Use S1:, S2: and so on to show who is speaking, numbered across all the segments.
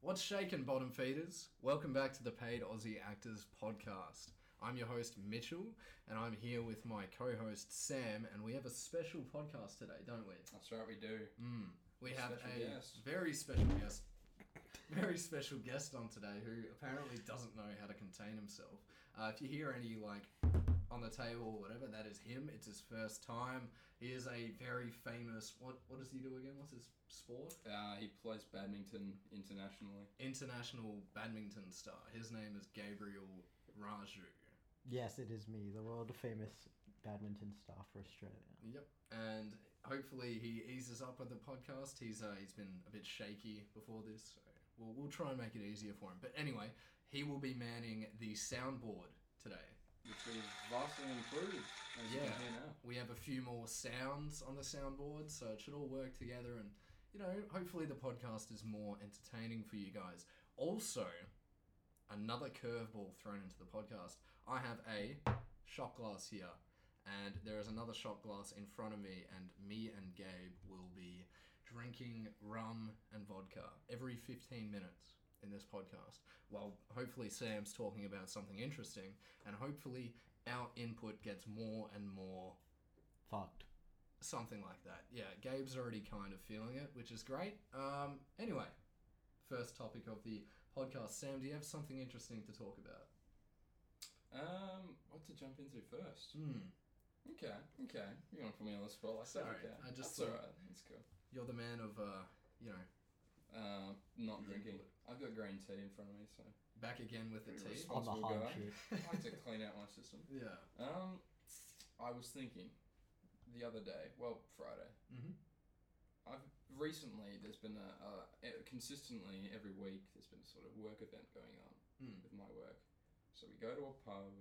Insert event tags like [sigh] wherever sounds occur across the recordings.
S1: What's shaken, bottom feeders? Welcome back to the Paid Aussie Actors Podcast. I'm your host, Mitchell, and I'm here with my co host, Sam, and we have a special podcast today, don't we? Hmm.
S2: That's right, we do.
S1: We have
S2: Special
S1: a
S2: guest.
S1: very special guest, very special guest on today who apparently doesn't know how to contain himself. Uh, if you hear any like on the table or whatever, that is him. It's his first time. He is a very famous. What what does he do again? What's his sport?
S2: Uh, he plays badminton internationally.
S1: International badminton star. His name is Gabriel Raju.
S3: Yes, it is me, the world famous badminton star for Australia.
S1: Yep. And hopefully he eases up with the podcast. He's uh, he's been a bit shaky before this, so we'll we'll try and make it easier for him. But anyway, he will be manning the soundboard today.
S2: Which we've vastly improved, as you can hear
S1: Yeah.
S2: now.
S1: We have a few more sounds on the soundboard, so it should all work together and you know, hopefully the podcast is more entertaining for you guys. Also, another curveball thrown into the podcast. I have a shot glass here, and there is another shot glass in front of me, and me and Gabe will be drinking rum and vodka every 15 minutes in this podcast. While hopefully Sam's talking about something interesting, and hopefully our input gets more and more
S3: Fucked.
S1: something like that. Yeah, Gabe's already kind of feeling it, which is great. Um, anyway, first topic of the podcast. Sam, do you have something interesting to talk about?
S2: Um, what to jump into first?
S1: Hmm.
S2: Okay, okay. You're going to put me on the spot like
S1: Sorry,
S2: that. Okay.
S1: I just
S2: That's
S1: thought-
S2: alright, that's cool.
S1: You're the man of, uh, you know,
S2: Uh, not drinking.
S1: Input.
S2: I've got green tea in front of me, so
S1: back again with the
S2: Pretty
S1: tea.
S2: responsible.
S3: On
S2: Possible
S3: the hard
S2: guy.
S3: shit.
S2: [laughs] I like to clean out my system.
S1: Yeah.
S2: Um, I was thinking the other day, well, Friday,
S1: Mm-hmm.
S2: I've recently, there's been a, a, e- consistently every week, there's been a sort of work event going on.
S1: Mm.
S2: with my work. So we go to a pub,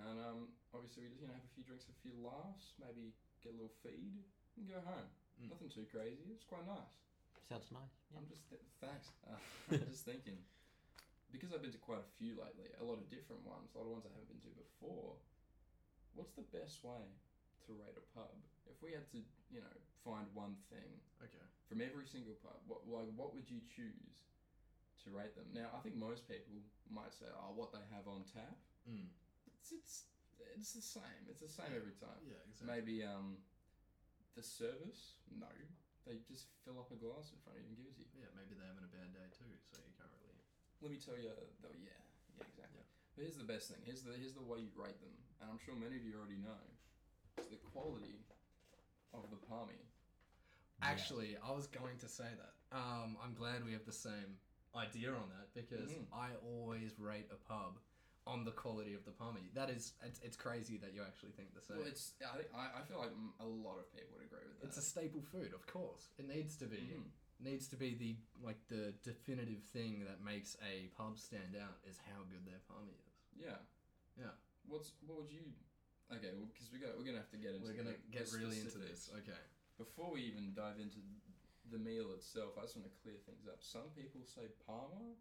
S2: and um, obviously we just you know have a few drinks, a few laughs, maybe get a little feed, and go home.
S1: Mm.
S2: Nothing too crazy. It's quite nice.
S3: Sounds nice. Yeah.
S2: I'm just th- thanks. [laughs] Uh, I'm just thinking because I've been to quite a few lately, a lot of different ones, a lot of ones I haven't been to before. What's the best way to rate a pub? If we had to, you know, find one thing
S1: Okay.
S2: from every single pub, what like what would you choose to rate them? Now, I think most people might say, "Oh, what they have on tap."
S1: Mm.
S2: It's it's it's the same. It's the same every time.
S1: Yeah, exactly.
S2: Maybe um, the service? No, they just fill up a glass in front of you and give it to you.
S1: Yeah, maybe they're having a bad day too, so you can't really.
S2: Let me tell you, though. Yeah, yeah, exactly.
S1: Yeah.
S2: But here's the best thing. Here's the here's the way you rate them, and I'm sure many of you already know. It's the quality of the palmy.
S1: Actually, I was going to say that. Um, I'm glad we have the same idea on that because
S2: Mhm.
S1: I always rate a pub on the quality of the palmy. That is, it's, it's crazy that you actually think the same.
S2: Well, it's I, think- I I feel like mm, a lot of people would agree with that.
S1: It's a staple food, of course. It needs to be.
S2: Mhm.
S1: Needs to be the like the definitive thing that makes a pub stand out is how good their palmy is.
S2: Yeah.
S1: Yeah.
S2: What's what would you? Okay, well, because we got we're gonna have to get into
S1: We're gonna
S2: the-
S1: get
S2: the
S1: really into
S2: specifics.
S1: this. Okay.
S2: Before we even dive into the meal itself, I just want to clear things up. Some people say Parma,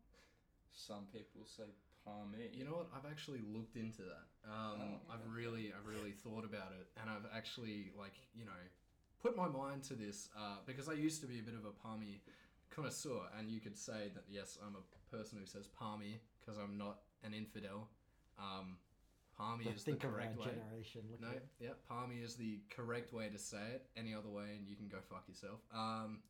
S2: some people say Palmy.
S1: You know what? I've actually looked into that. Um,
S2: Oh, okay.
S1: I've really, I've really thought about it, and I've actually like you know put my mind to this uh, because I used to be a bit of a palmy connoisseur, and you could say that yes, I'm a person who says palmy because I'm not an infidel. Um, palmy
S3: But
S1: is the
S3: think of our
S1: correct way.
S3: generation. Look at
S1: No, yeah, palmy is the correct way to say it. Any other way, and you can go fuck yourself. Um,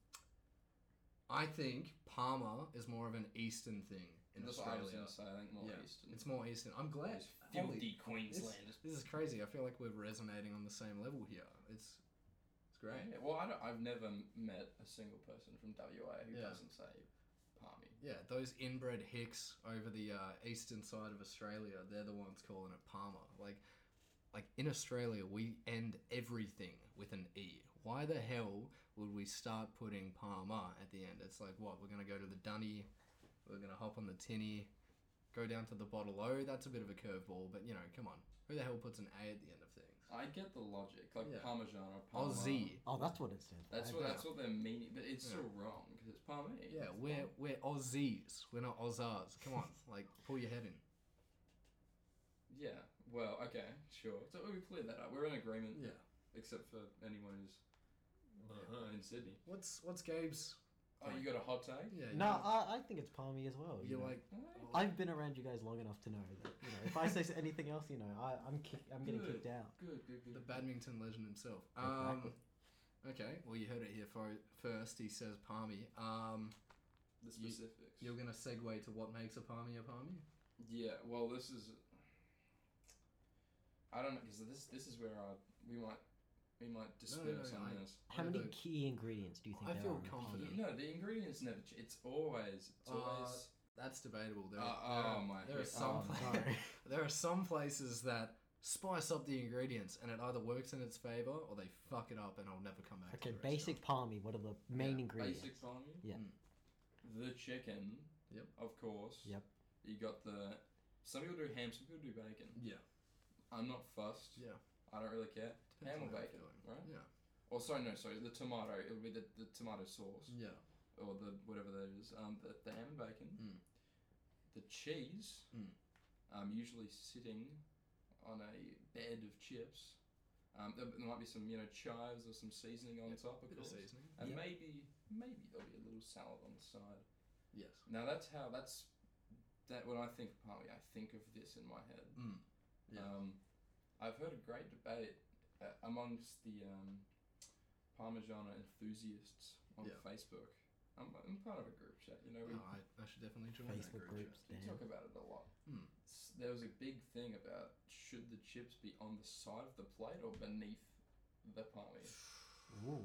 S1: I think Palmer is more of an Eastern thing in
S2: that's what I was
S1: Australia.
S2: gonna say. I think more
S1: yeah,
S2: eastern.
S1: it's more Eastern. I'm glad.
S2: Those
S1: Holy-
S2: filthy
S1: this,
S2: Queenslanders.
S1: this is crazy. I feel like we're resonating on the same level here. It's it's great.
S2: Yeah, well, I don't, I've never met a single person from WA who
S1: Yeah.
S2: doesn't say Palmy.
S1: Yeah, those inbred hicks over the uh, eastern side of Australia, they're the ones calling it Palmer. Like, like in Australia, we end everything with an E. Why the hell would we start putting Palmer at the end? It's like, what, we're going to go to the dunny, we're going to hop on the tinny, go down to the bottle O. That's a bit of a curveball, but you know, come on. Who the hell puts an A at the end of things?
S2: I get the logic, like
S1: Yeah.
S2: Parmesan or Parma.
S1: Aussie.
S3: Oh, that's what it said.
S2: That's
S3: I
S2: what
S3: bet.
S2: that's what they're meaning, but it's
S1: Yeah.
S2: still wrong because it's Palmy.
S1: Yeah,
S2: It's
S1: we're
S2: Palmy.
S1: we're Aussies. We're not Aussars. Come on, [laughs] like pull your head in.
S2: Yeah. Well, okay, sure. So we cleared that up. We're in agreement. Except for anyone who's in Sydney.
S1: What's what's Gabe's
S2: Oh, you got a hot take?
S1: Yeah.
S3: No,
S1: you-
S3: I, I think it's palmy as
S2: uh,
S3: well. you
S1: You're
S3: know.
S1: like,
S2: Alright.
S3: I've been around you guys long enough to know that you know if I say anything else, you know I, I'm kick, I'm getting
S2: Good.
S3: kicked out.
S2: Good, good, good.
S1: the badminton legend himself. Um,
S3: Exactly.
S1: okay, well, you heard it here fo- first. He says palmy. Um,
S2: the
S1: you-
S2: specifics.
S1: you're going to segue to what makes a palmy a palmy?
S2: Yeah, well, this is. I don't know because this this is where our, we might we might disperse
S1: no,
S2: on
S1: I-
S2: this.
S3: How
S1: I
S3: many
S1: don't-
S3: key ingredients do you think
S1: I
S3: there
S1: feel
S3: are? in a palmy?
S1: confident.
S2: No, the ingredients never. Ch- it's always it's
S1: Uh,
S2: always.
S1: That's debatable. There,
S2: Uh,
S1: are- there,
S2: oh
S1: are-
S2: my
S1: there are
S2: God.
S1: some
S2: Oh,
S1: pla-
S3: Sorry.
S1: [laughs] there are some places that spice up the ingredients and it either works in its favor or they fuck it up and I'll never come back. to
S3: [laughs] okay,
S1: the
S3: basic palmy. What are the main ingredients?
S2: Basic salami.
S3: Yeah.
S1: Mm.
S2: The chicken.
S1: Yep.
S2: Of course.
S3: Yep.
S2: You got the. Some people do ham. Some people do bacon.
S1: Restaurant. Yeah,
S2: I'm not fussed.
S1: yeah.
S2: I don't really care. Ham
S1: on how
S2: or
S1: you're
S2: bacon,
S1: feeling.
S2: right?
S1: Yeah,
S2: Or sorry, no, sorry. The tomato. It'll be the, the tomato sauce
S1: yeah.
S2: or the whatever that is. Um, the, the ham and bacon.
S3: Hmm.
S1: Mm.
S2: The cheese.
S1: Mm.
S2: Um, usually sitting on a bed of chips. Um, there, there might be some you know chives or some seasoning on
S1: Yep,
S2: top, of
S1: Bit of
S2: course.
S1: seasoning.
S2: And
S3: Yep.
S2: maybe maybe there'll be a little salad on the side.
S1: Yes.
S2: Now that's how that's that when I think of Palmy, I think of this in my head.
S1: Mm. Yeah.
S2: Um, I've heard a great debate uh, amongst the um, Parmesan enthusiasts on
S1: Yeah. Oh,
S2: Facebook. I'm, I'm part of a group chat, you know. We,
S1: No, I, I should definitely join that
S3: Facebook
S1: group
S3: groups.
S2: we
S3: Damn.
S2: talk about it a lot.
S1: Hmm.
S2: S- There was a big thing about should the chips be on the side of the plate or beneath the palmy,
S3: Ooh.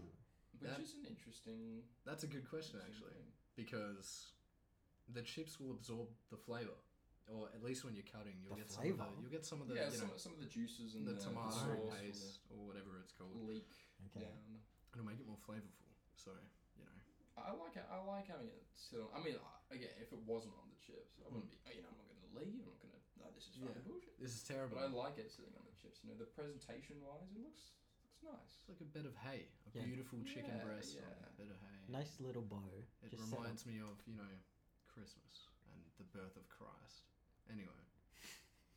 S2: which
S1: That-
S2: is an interesting,
S1: That's a good question,
S2: interesting
S1: actually,
S2: thing.
S1: because the chips will absorb the flavor, or at least when you're cutting, you'll
S3: The
S1: get some of the,
S3: flavour?
S1: you'll get some of the
S2: yeah,
S1: you
S2: some,
S1: know
S2: some of the juices and
S1: the,
S2: the, the
S1: tomato
S2: sauce will
S1: paste or whatever it's called.
S2: leak
S3: Okay.
S2: down.
S1: It'll make it more flavorful. So you know,
S2: I like it. I like having it sit on. I mean, I- again, if it wasn't on the chips, I wouldn't be. oh, You know, I'm not going to leave. I'm not going to. No, this is fucking
S1: Yeah.
S2: bullshit.
S1: this is terrible.
S2: But I like it sitting on the chips. You know, the presentation wise, it looks looks nice.
S1: it's like a bed of hay, a
S3: Yeah.
S1: beautiful chicken
S2: Yeah,
S1: breast on
S2: yeah.
S1: a bed of hay.
S3: Nice little bow.
S1: It
S3: Just set up.
S1: reminds me of you know Christmas and the birth of Christ. Anyway, [laughs]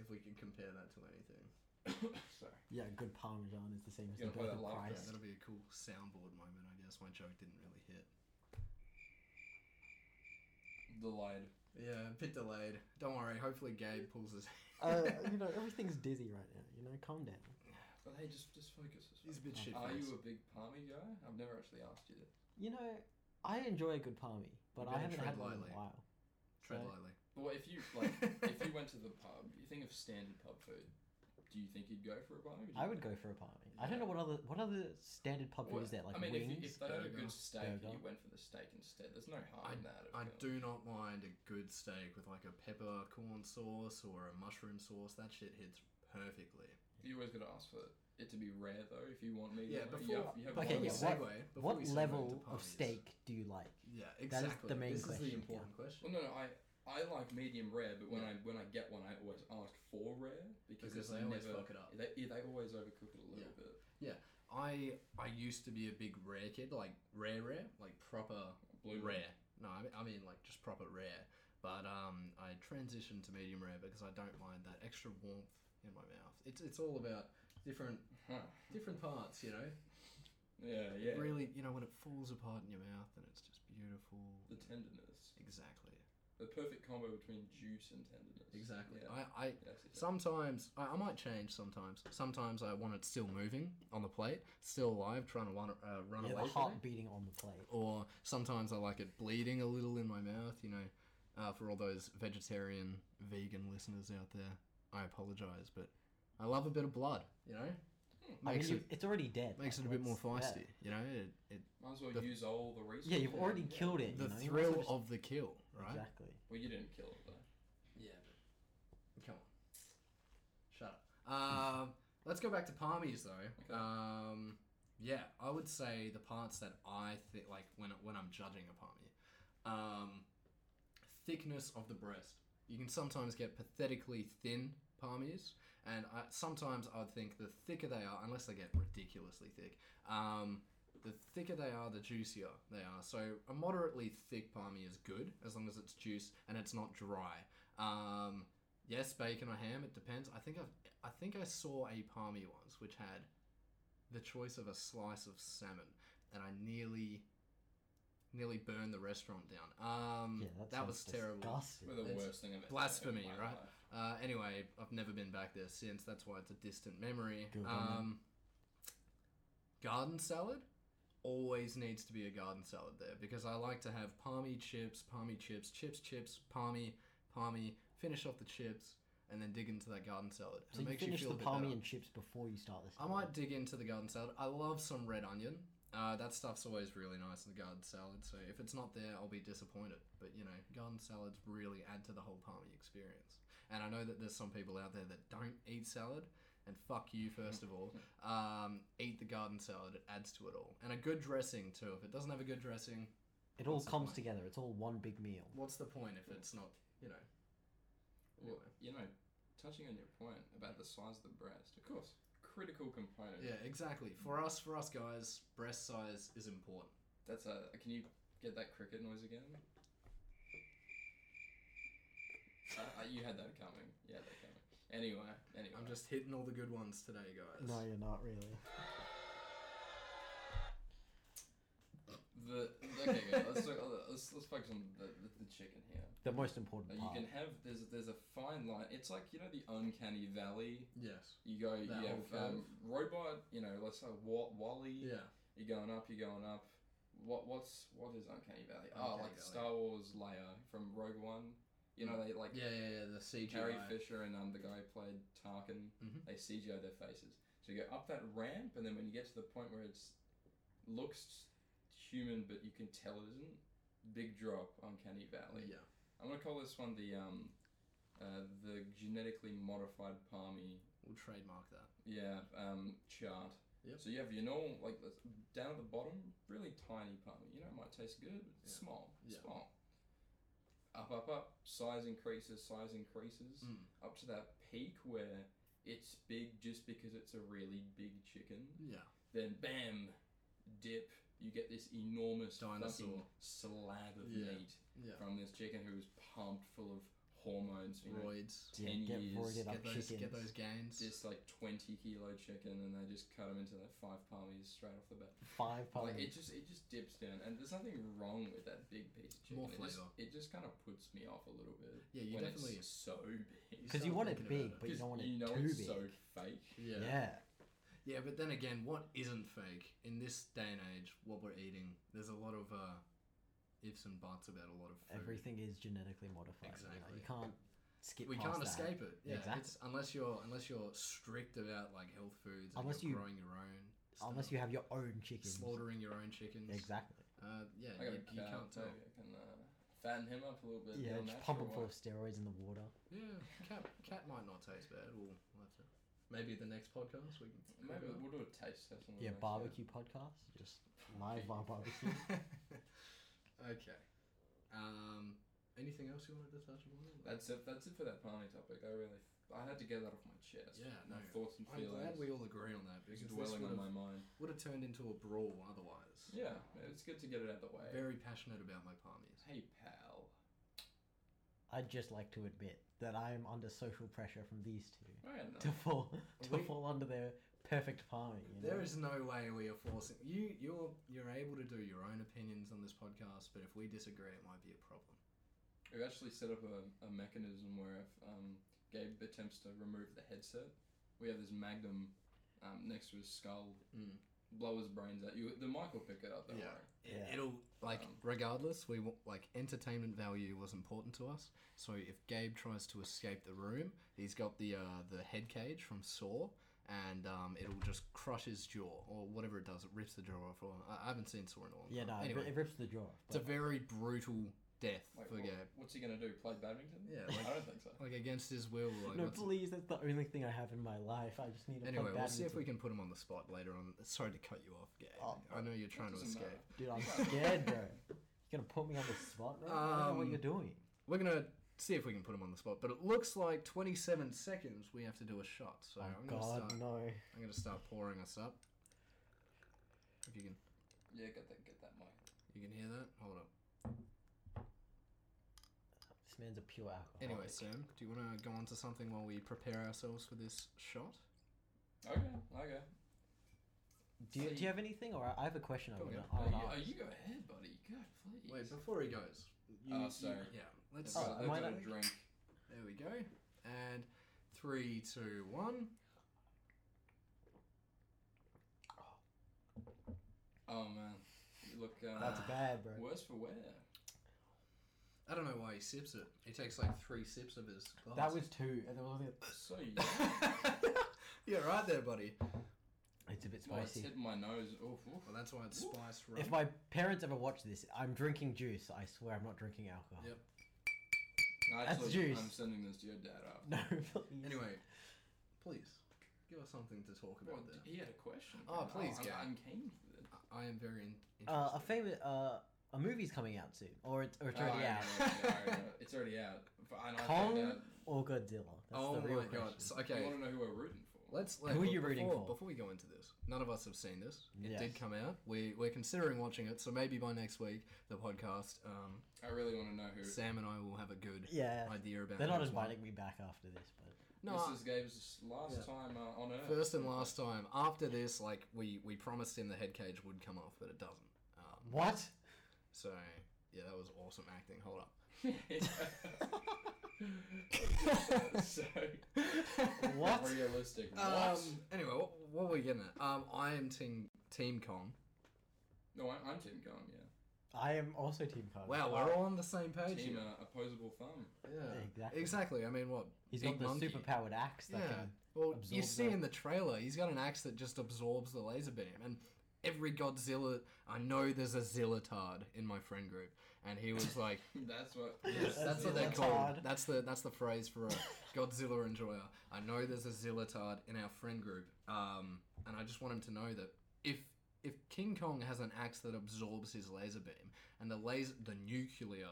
S1: if we can compare that to anything,
S2: [coughs] Sorry.
S3: Yeah, good parmesan is the same as
S2: You
S3: the
S2: gotta play
S3: birth
S2: that
S3: of
S2: laugh, yeah,
S1: yeah,
S3: Christ.
S1: that'll be a cool soundboard moment, I guess. My joke didn't really hit.
S2: Delayed.
S1: Yeah, a bit delayed. Don't worry. Hopefully, Gabe pulls his.
S3: uh,
S1: [laughs]
S3: you know, everything's dizzy right now. You know, calm down.
S2: But hey, just just focus. This
S1: He's a bit
S3: Are
S1: shit.
S2: Are you a big palmy guy? I've never actually asked you this.
S3: You know, I enjoy a good palmy, but I
S1: gotta
S3: haven't
S1: tread
S3: had one in
S1: lightly.
S3: a while.
S1: Tread
S3: so-
S1: lightly.
S2: But what if you like, if
S1: [laughs]
S2: you went to the pub, you think of standard pub food. Do you think you'd go for a palmy?
S3: I would go for a palmy. I don't
S2: Yeah.
S3: know what other what other standard pub
S2: Well,
S3: food is there like
S2: I mean,
S3: wings.
S2: if, you, if they had a
S1: burger,
S2: good steak and you
S3: burger.
S2: went for the steak instead, there's no harm in that. of
S1: I
S2: course.
S1: do not mind a good steak with like a peppercorn sauce or a mushroom sauce. That shit hits perfectly.
S2: You always got to ask for it to be rare though. If you want me,
S1: Yeah,
S2: to,
S1: before-
S2: you have, you have
S3: Okay,
S2: one
S1: Before we
S2: of-
S3: yeah, what-
S1: segue- before we
S3: what
S1: segue
S3: level
S1: into
S3: of
S1: parties.
S3: steak do you like?
S1: Yeah,
S3: is
S1: exactly.
S3: the main
S1: this is the
S3: question,
S1: important
S2: Well,
S1: question.
S2: no, no, I I like medium rare, but when I when I get one, I always ask for rare because,
S1: Because they
S2: it's
S1: always
S2: never,
S1: fuck it up.
S2: They yeah, they always overcook it a little bit.
S1: I I used to be a big rare kid, like rare rare, like proper
S2: Blue
S1: rare. No, I mean, I mean like just proper rare. But um, I transitioned to medium rare because I don't mind that extra warmth in my mouth. It's it's all about different
S2: Huh.
S1: different parts, you know.
S2: Yeah, yeah.
S1: Really, you know, when it falls apart in your mouth and it's just beautiful.
S2: The tenderness,
S1: Exactly.
S2: the perfect combo between juice and tenderness.
S1: Exactly.
S2: Yeah.
S1: I, I
S2: That's it.
S1: Sometimes I, I might change. Sometimes, sometimes I want it still moving on the plate, still alive, trying to run, uh, run
S3: Yeah,
S1: away
S3: the
S1: from
S3: heart
S1: it.
S3: beating on the plate.
S1: Or sometimes I like it bleeding a little in my mouth. You know, uh, for all those vegetarian, vegan listeners out there, I apologize, but I love a bit of blood. You know,
S3: Hmm. I mean,
S1: makes
S3: you, it's already dead.
S1: it makes it
S3: like,
S1: a bit more
S3: what's-
S1: feisty. You know, it, it
S2: Might as well
S1: the-
S2: use all the resources.
S3: Yeah, yeah you've already
S2: yeah.
S3: killed it.
S1: the
S3: you know? you might as well
S1: thrill
S3: just-
S1: of the kill, right?
S3: Exactly.
S2: Well, you didn't kill it though.
S1: Yeah, but come on. Shut up. Um, [laughs] let's go back to palmies though.
S2: Okay.
S1: Um, yeah, I would say the parts that I think like when when I'm judging a palmy, um, thickness of the breast. You can sometimes get pathetically thin palmies, and I, sometimes I'd think the thicker they are, unless they get ridiculously thick, um, the thicker they are, the juicier they are. So a moderately thick palmy is good as long as it's juice and it's not dry. Um, yes, bacon or ham. It depends. I think I I think I saw a palmy once which had the choice of a slice of salmon, and I nearly Nearly burned the restaurant down. Um,
S3: yeah, that,
S1: that was
S3: sounds
S1: terrible.
S3: disgusting.
S2: We're the
S1: It's
S2: worst thing I've ever
S1: blasphemy,
S2: in my
S1: right?
S2: life.
S1: Uh, anyway, I've never been back there since. That's why it's a distant memory.
S3: Good on you.
S1: Um, garden salad always needs to be a garden salad there because I like to have palmy chips, palmy chips, chips, chips, palmy, palmy. Finish off the chips and then dig into that garden salad.
S3: So
S1: it
S3: you
S1: makes
S3: finish
S1: you
S3: the
S1: feel a bit
S3: palmy
S1: better.
S3: and chips before you start this.
S1: I might dig into the garden salad. I love some red onion. Uh, that stuff's always really nice in the garden salad. So if it's not there, I'll be disappointed. But you know, garden salads really add to the whole palmy experience. And I know that there's some people out there that don't eat salad. And fuck you, first of all. Um, eat the garden salad. It adds to it all. And a good dressing too. If it doesn't have a good dressing,
S3: It all
S1: What's the
S3: comes
S1: point?
S3: together. It's all one big meal.
S1: what's the point if it's not? You know.
S2: Well, you know, touching on your point about the size of the breast, of course, critical component.
S1: Yeah, exactly. For us, for us guys, breast size is important.
S2: That's a. Can you get that cricket noise again? uh, uh, you had that coming. You had that coming. Anyway, anyway.
S1: I'm just hitting all the good ones today, guys.
S3: No, you're not really.
S2: the okay. Guys, let's, talk, uh, let's let's focus on the, the, the chicken here.
S3: The most
S2: Uh,
S3: important
S2: You
S3: part.
S2: can have there's there's a fine line. It's like you know the uncanny valley.
S1: Yes.
S2: You go.
S1: That
S2: you
S1: whole
S2: have um, robot. You know, let's say Wa- Wally.
S1: Yeah.
S2: You're going up. You're going up. What what's what is Uncanny Valley? oh,
S1: Uncanny
S2: like
S1: Valley.
S2: Star Wars Leia from Rogue One. You know they like
S1: Yeah, yeah, yeah. The CGI.
S2: Carrie Fisher and um, the guy who played Tarkin.
S1: Mhm.
S2: They CGI their faces. So you go up that ramp, and then when you get to the point where it's looks human, but you can tell it isn't. Big drop, Uncanny Valley.
S1: Yeah.
S2: I'm gonna call this one the um, uh, the genetically modified palmy.
S1: We'll trademark that.
S2: Yeah, um, chart.
S1: Yep.
S2: So you have your normal, like the- down at the bottom, really tiny palmy. You know, it might taste good.
S1: Yeah.
S2: Small,
S1: Yeah.
S2: small. Up, up, up. Size increases. Size increases.
S1: Mm.
S2: Up to that peak where it's big just because it's a really big chicken.
S1: Yeah.
S2: Then bam, dip. You get this enormous fucking
S1: Dinosaur.
S2: slab of
S1: Yeah.
S2: meat
S1: Yeah.
S2: from this chicken who was pumped full of hormones. You know,
S1: Roids.
S2: 10
S3: Yeah, get
S2: years,
S3: voided up
S1: Get those,
S3: chickens.
S1: get those gains.
S2: this like 20 kilo chicken and they just cut them into like five palmies straight off the bat.
S3: Five palmy.
S2: Like it just it just dips down and there's nothing wrong with that big piece of chicken.
S1: More
S2: It just,
S1: flavour.
S2: it just kind of puts me off a little bit.
S1: yeah, you
S2: when
S1: definitely.
S2: it's so big.
S3: Because you
S1: start
S3: want it
S1: thinking about
S3: big,
S1: it.
S3: but you
S2: 'Cause
S3: don't want it
S2: you know
S3: too
S2: it's
S3: big.
S2: so fake.
S1: Yeah.
S3: yeah.
S1: yeah. but then again, what isn't fake in this day and age? What we're eating? There's a lot of uh, ifs and buts about a lot of food.
S3: everything is genetically modified. You, know,
S1: Exactly.
S3: you can't skip.
S1: We
S3: past
S1: can't
S3: that.
S1: escape it. Yeah,
S3: Exactly.
S1: it's, unless you're unless you're strict about like health foods. And
S3: Unless
S1: you're
S3: you-
S1: growing your own.
S3: unless
S1: stuff,
S3: you have your own chickens.
S1: slaughtering your own chickens.
S3: Exactly.
S1: Uh, yeah,
S2: I
S1: you,
S2: got a
S1: you
S2: cow,
S1: can't tell.
S2: maybe I can uh, fatten him up a little bit. go
S3: Yeah, just
S2: natural
S3: pump them full
S2: way.
S3: of steroids in the water.
S1: Yeah, cat cat might not taste bad. We'll, we'll have to. Maybe the next podcast we can.
S2: Maybe we'll do a taste test. on the next
S3: Yeah,
S2: one.
S3: barbecue podcast. Just live bar
S1: [laughs]
S3: barbecue.
S1: [laughs] okay. Um. Anything else you wanted to touch upon?
S2: That's it. That's it for that palmy topic. I really, I had to get that off my chest.
S1: Yeah,
S2: my
S1: no,
S2: thoughts and
S1: I'm
S2: feelings.
S1: glad we all agree on that
S2: It's
S1: because this
S2: dwelling
S1: would
S2: on my
S1: have,
S2: mind.
S1: would have turned into a brawl otherwise.
S2: Yeah, it's good to get it out of the way.
S1: Very passionate about my palmies.
S2: Hey, pal.
S3: I'd just like to admit that I am under social pressure from these two
S2: I don't
S3: to
S2: know.
S3: fall to
S1: Uh, We-
S3: fall under their perfect palming. You know?
S1: There is no way we are forcing you. You're you're able to do your own opinions on this podcast, but if we disagree, it might be a problem.
S2: We've actually set up a, a mechanism where if um, Gabe attempts to remove the headset, we have this magnum um, next to his skull,
S1: Mm.
S2: blow his brains out. You, the mic will pick it up. Don't
S1: Yeah.
S2: worry.
S1: It-
S3: Yeah.
S1: It'll like
S2: Um,
S1: regardless. We wa- like entertainment value was important to us. So if Gabe tries to escape the room, he's got the uh, the head cage from Saw, and um, it'll just crush his jaw or whatever it does. It rips the jaw off. Or, I, I haven't seen Saw in a long
S3: yeah,
S1: time.
S3: no, it-
S1: anyway,
S3: it rips the jaw. off,
S1: it's a
S3: but
S1: very brutal death
S2: Wait,
S1: for
S2: what-
S1: Gabe.
S2: what's he gonna do? Play badminton?
S1: Yeah,
S2: [laughs] I
S1: like,
S2: don't think so.
S1: like against his will. Like
S3: no,
S1: what's-
S3: please, that's the only thing I have in my life. I just need to
S1: anyway,
S3: play badminton.
S1: we'll see if we can put him on the spot later on. Sorry to cut you off, Gabe.
S3: Oh,
S1: I know you're trying to
S2: doesn't
S1: escape.
S2: matter.
S3: Dude, I'm scared, bro. You're gonna put me on the spot, bro. I don't know what
S1: Um,
S3: you're doing.
S1: We're gonna see if we can put him on the spot, but it looks like 27 seconds we have to do a shot. So
S3: Oh
S1: I'm gonna
S3: God,
S1: start.
S3: no.
S1: I'm gonna start pouring us up. If you can,
S2: Yeah, get that, get that mic.
S1: you can hear that. Hold up.
S3: Oh, This man's a pure alcoholic.
S1: Anyway, Sam, do you want to go on to something while we prepare ourselves for this shot?
S2: Okay, okay.
S3: Do you,
S2: So
S3: do you have anything, or I have a question I
S1: Go
S3: want
S1: ahead.
S3: to
S2: Oh,
S3: I
S2: you, oh,
S3: wanna ask.
S2: you go ahead, buddy. God, please.
S1: Wait, before he goes, you,
S2: Oh,
S1: you-
S2: sorry.
S1: yeah, let's.
S2: That's
S3: Oh,
S2: a-
S3: am
S2: that's
S3: I
S2: a
S3: not-
S2: drink.
S1: There we go. And three, two, one.
S2: Oh man, look. Um,
S3: That's bad, bro.
S2: Worse for wear.
S3: [laughs]
S1: I don't know why he sips it. He takes like three sips of his glass. [laughs]
S3: That was two, and there wasn't.
S2: So yeah.
S1: yeah, right there, buddy.
S3: It's a bit
S2: well, it's
S3: spicy.
S2: hit my nose. Oh, Oof, oof.
S1: Well, that's why it's
S2: Ooh.
S1: spiced rum.
S3: If my parents ever watch this, I'm drinking juice. I swear I'm not drinking alcohol.
S1: Yep.
S2: Actually,
S3: juice.
S2: I'm sending this to your dad after.
S3: [laughs] No, please.
S1: Anyway, please give us something to talk about.
S2: Well,
S1: there,
S2: he had a question.
S1: Oh,
S2: man.
S1: please,
S2: I'm,
S1: Gav.
S2: I'm keen for this.
S1: I- I am very in- interested.
S3: Uh, a famous uh, a movie's coming out soon, or it's, or it's
S2: Oh, I
S3: already
S2: know,
S3: out,
S2: yeah, [laughs] I know. It's already out. But I know I
S3: Kong?
S2: found out.
S3: or Godzilla. That's
S1: oh
S3: the real
S1: my
S3: question.
S1: god! So,
S2: You
S1: okay,
S2: want to know who we're rooting for?
S1: let's.
S3: Who are
S1: look,
S3: you rooting
S1: before-
S3: for?
S1: Before we go into this, none of us have seen this. It
S3: Yes.
S1: did come out. We we're considering watching it, so maybe by next week the podcast, um,
S2: I really want to know who.
S1: Sam and I will have a good
S3: Yeah,
S1: idea about.
S3: they're not
S1: who's won.
S3: inviting me back after this, but
S1: No,
S2: this is Gabe's last
S1: Yeah.
S2: time uh, on Earth.
S1: First and
S2: [laughs]
S1: last time. After this, like we we promised him the head cage would come off, but it doesn't. Um,
S3: what?
S1: so yeah, that was awesome acting. Hold up. [laughs]
S2: so
S3: What?
S2: realistic? what?
S1: Um, anyway, what, what were we getting at? Um, I am team Team Kong.
S2: No, I, I'm Team Gum. Yeah.
S3: I am also Team Card.
S1: Wow, we're all on the same page.
S2: Team
S1: here.
S2: uh, opposable thumb. [laughs]
S1: Yeah.
S3: exactly.
S1: Exactly. I mean, what?
S3: He's
S1: Big
S3: got the
S1: monkey.
S3: superpowered axe that
S1: Yeah.
S3: can.
S1: Well, you
S3: Absorb
S1: see
S3: that.
S1: in the trailer, he's got an axe that just absorbs the laser beam, and every Godzilla. I know there's a Zillitard in my friend group, and he
S3: [laughs]
S1: was like,
S2: That's what.
S1: Yes, that's what they're
S3: they're
S1: called.
S3: Zillatard.
S1: That's the that's the phrase for a Godzilla enjoyer. I know there's a Zillatard in our friend group, um, and I just want him to know that if if King Kong has an axe that absorbs his laser beam, and the laser the nuclear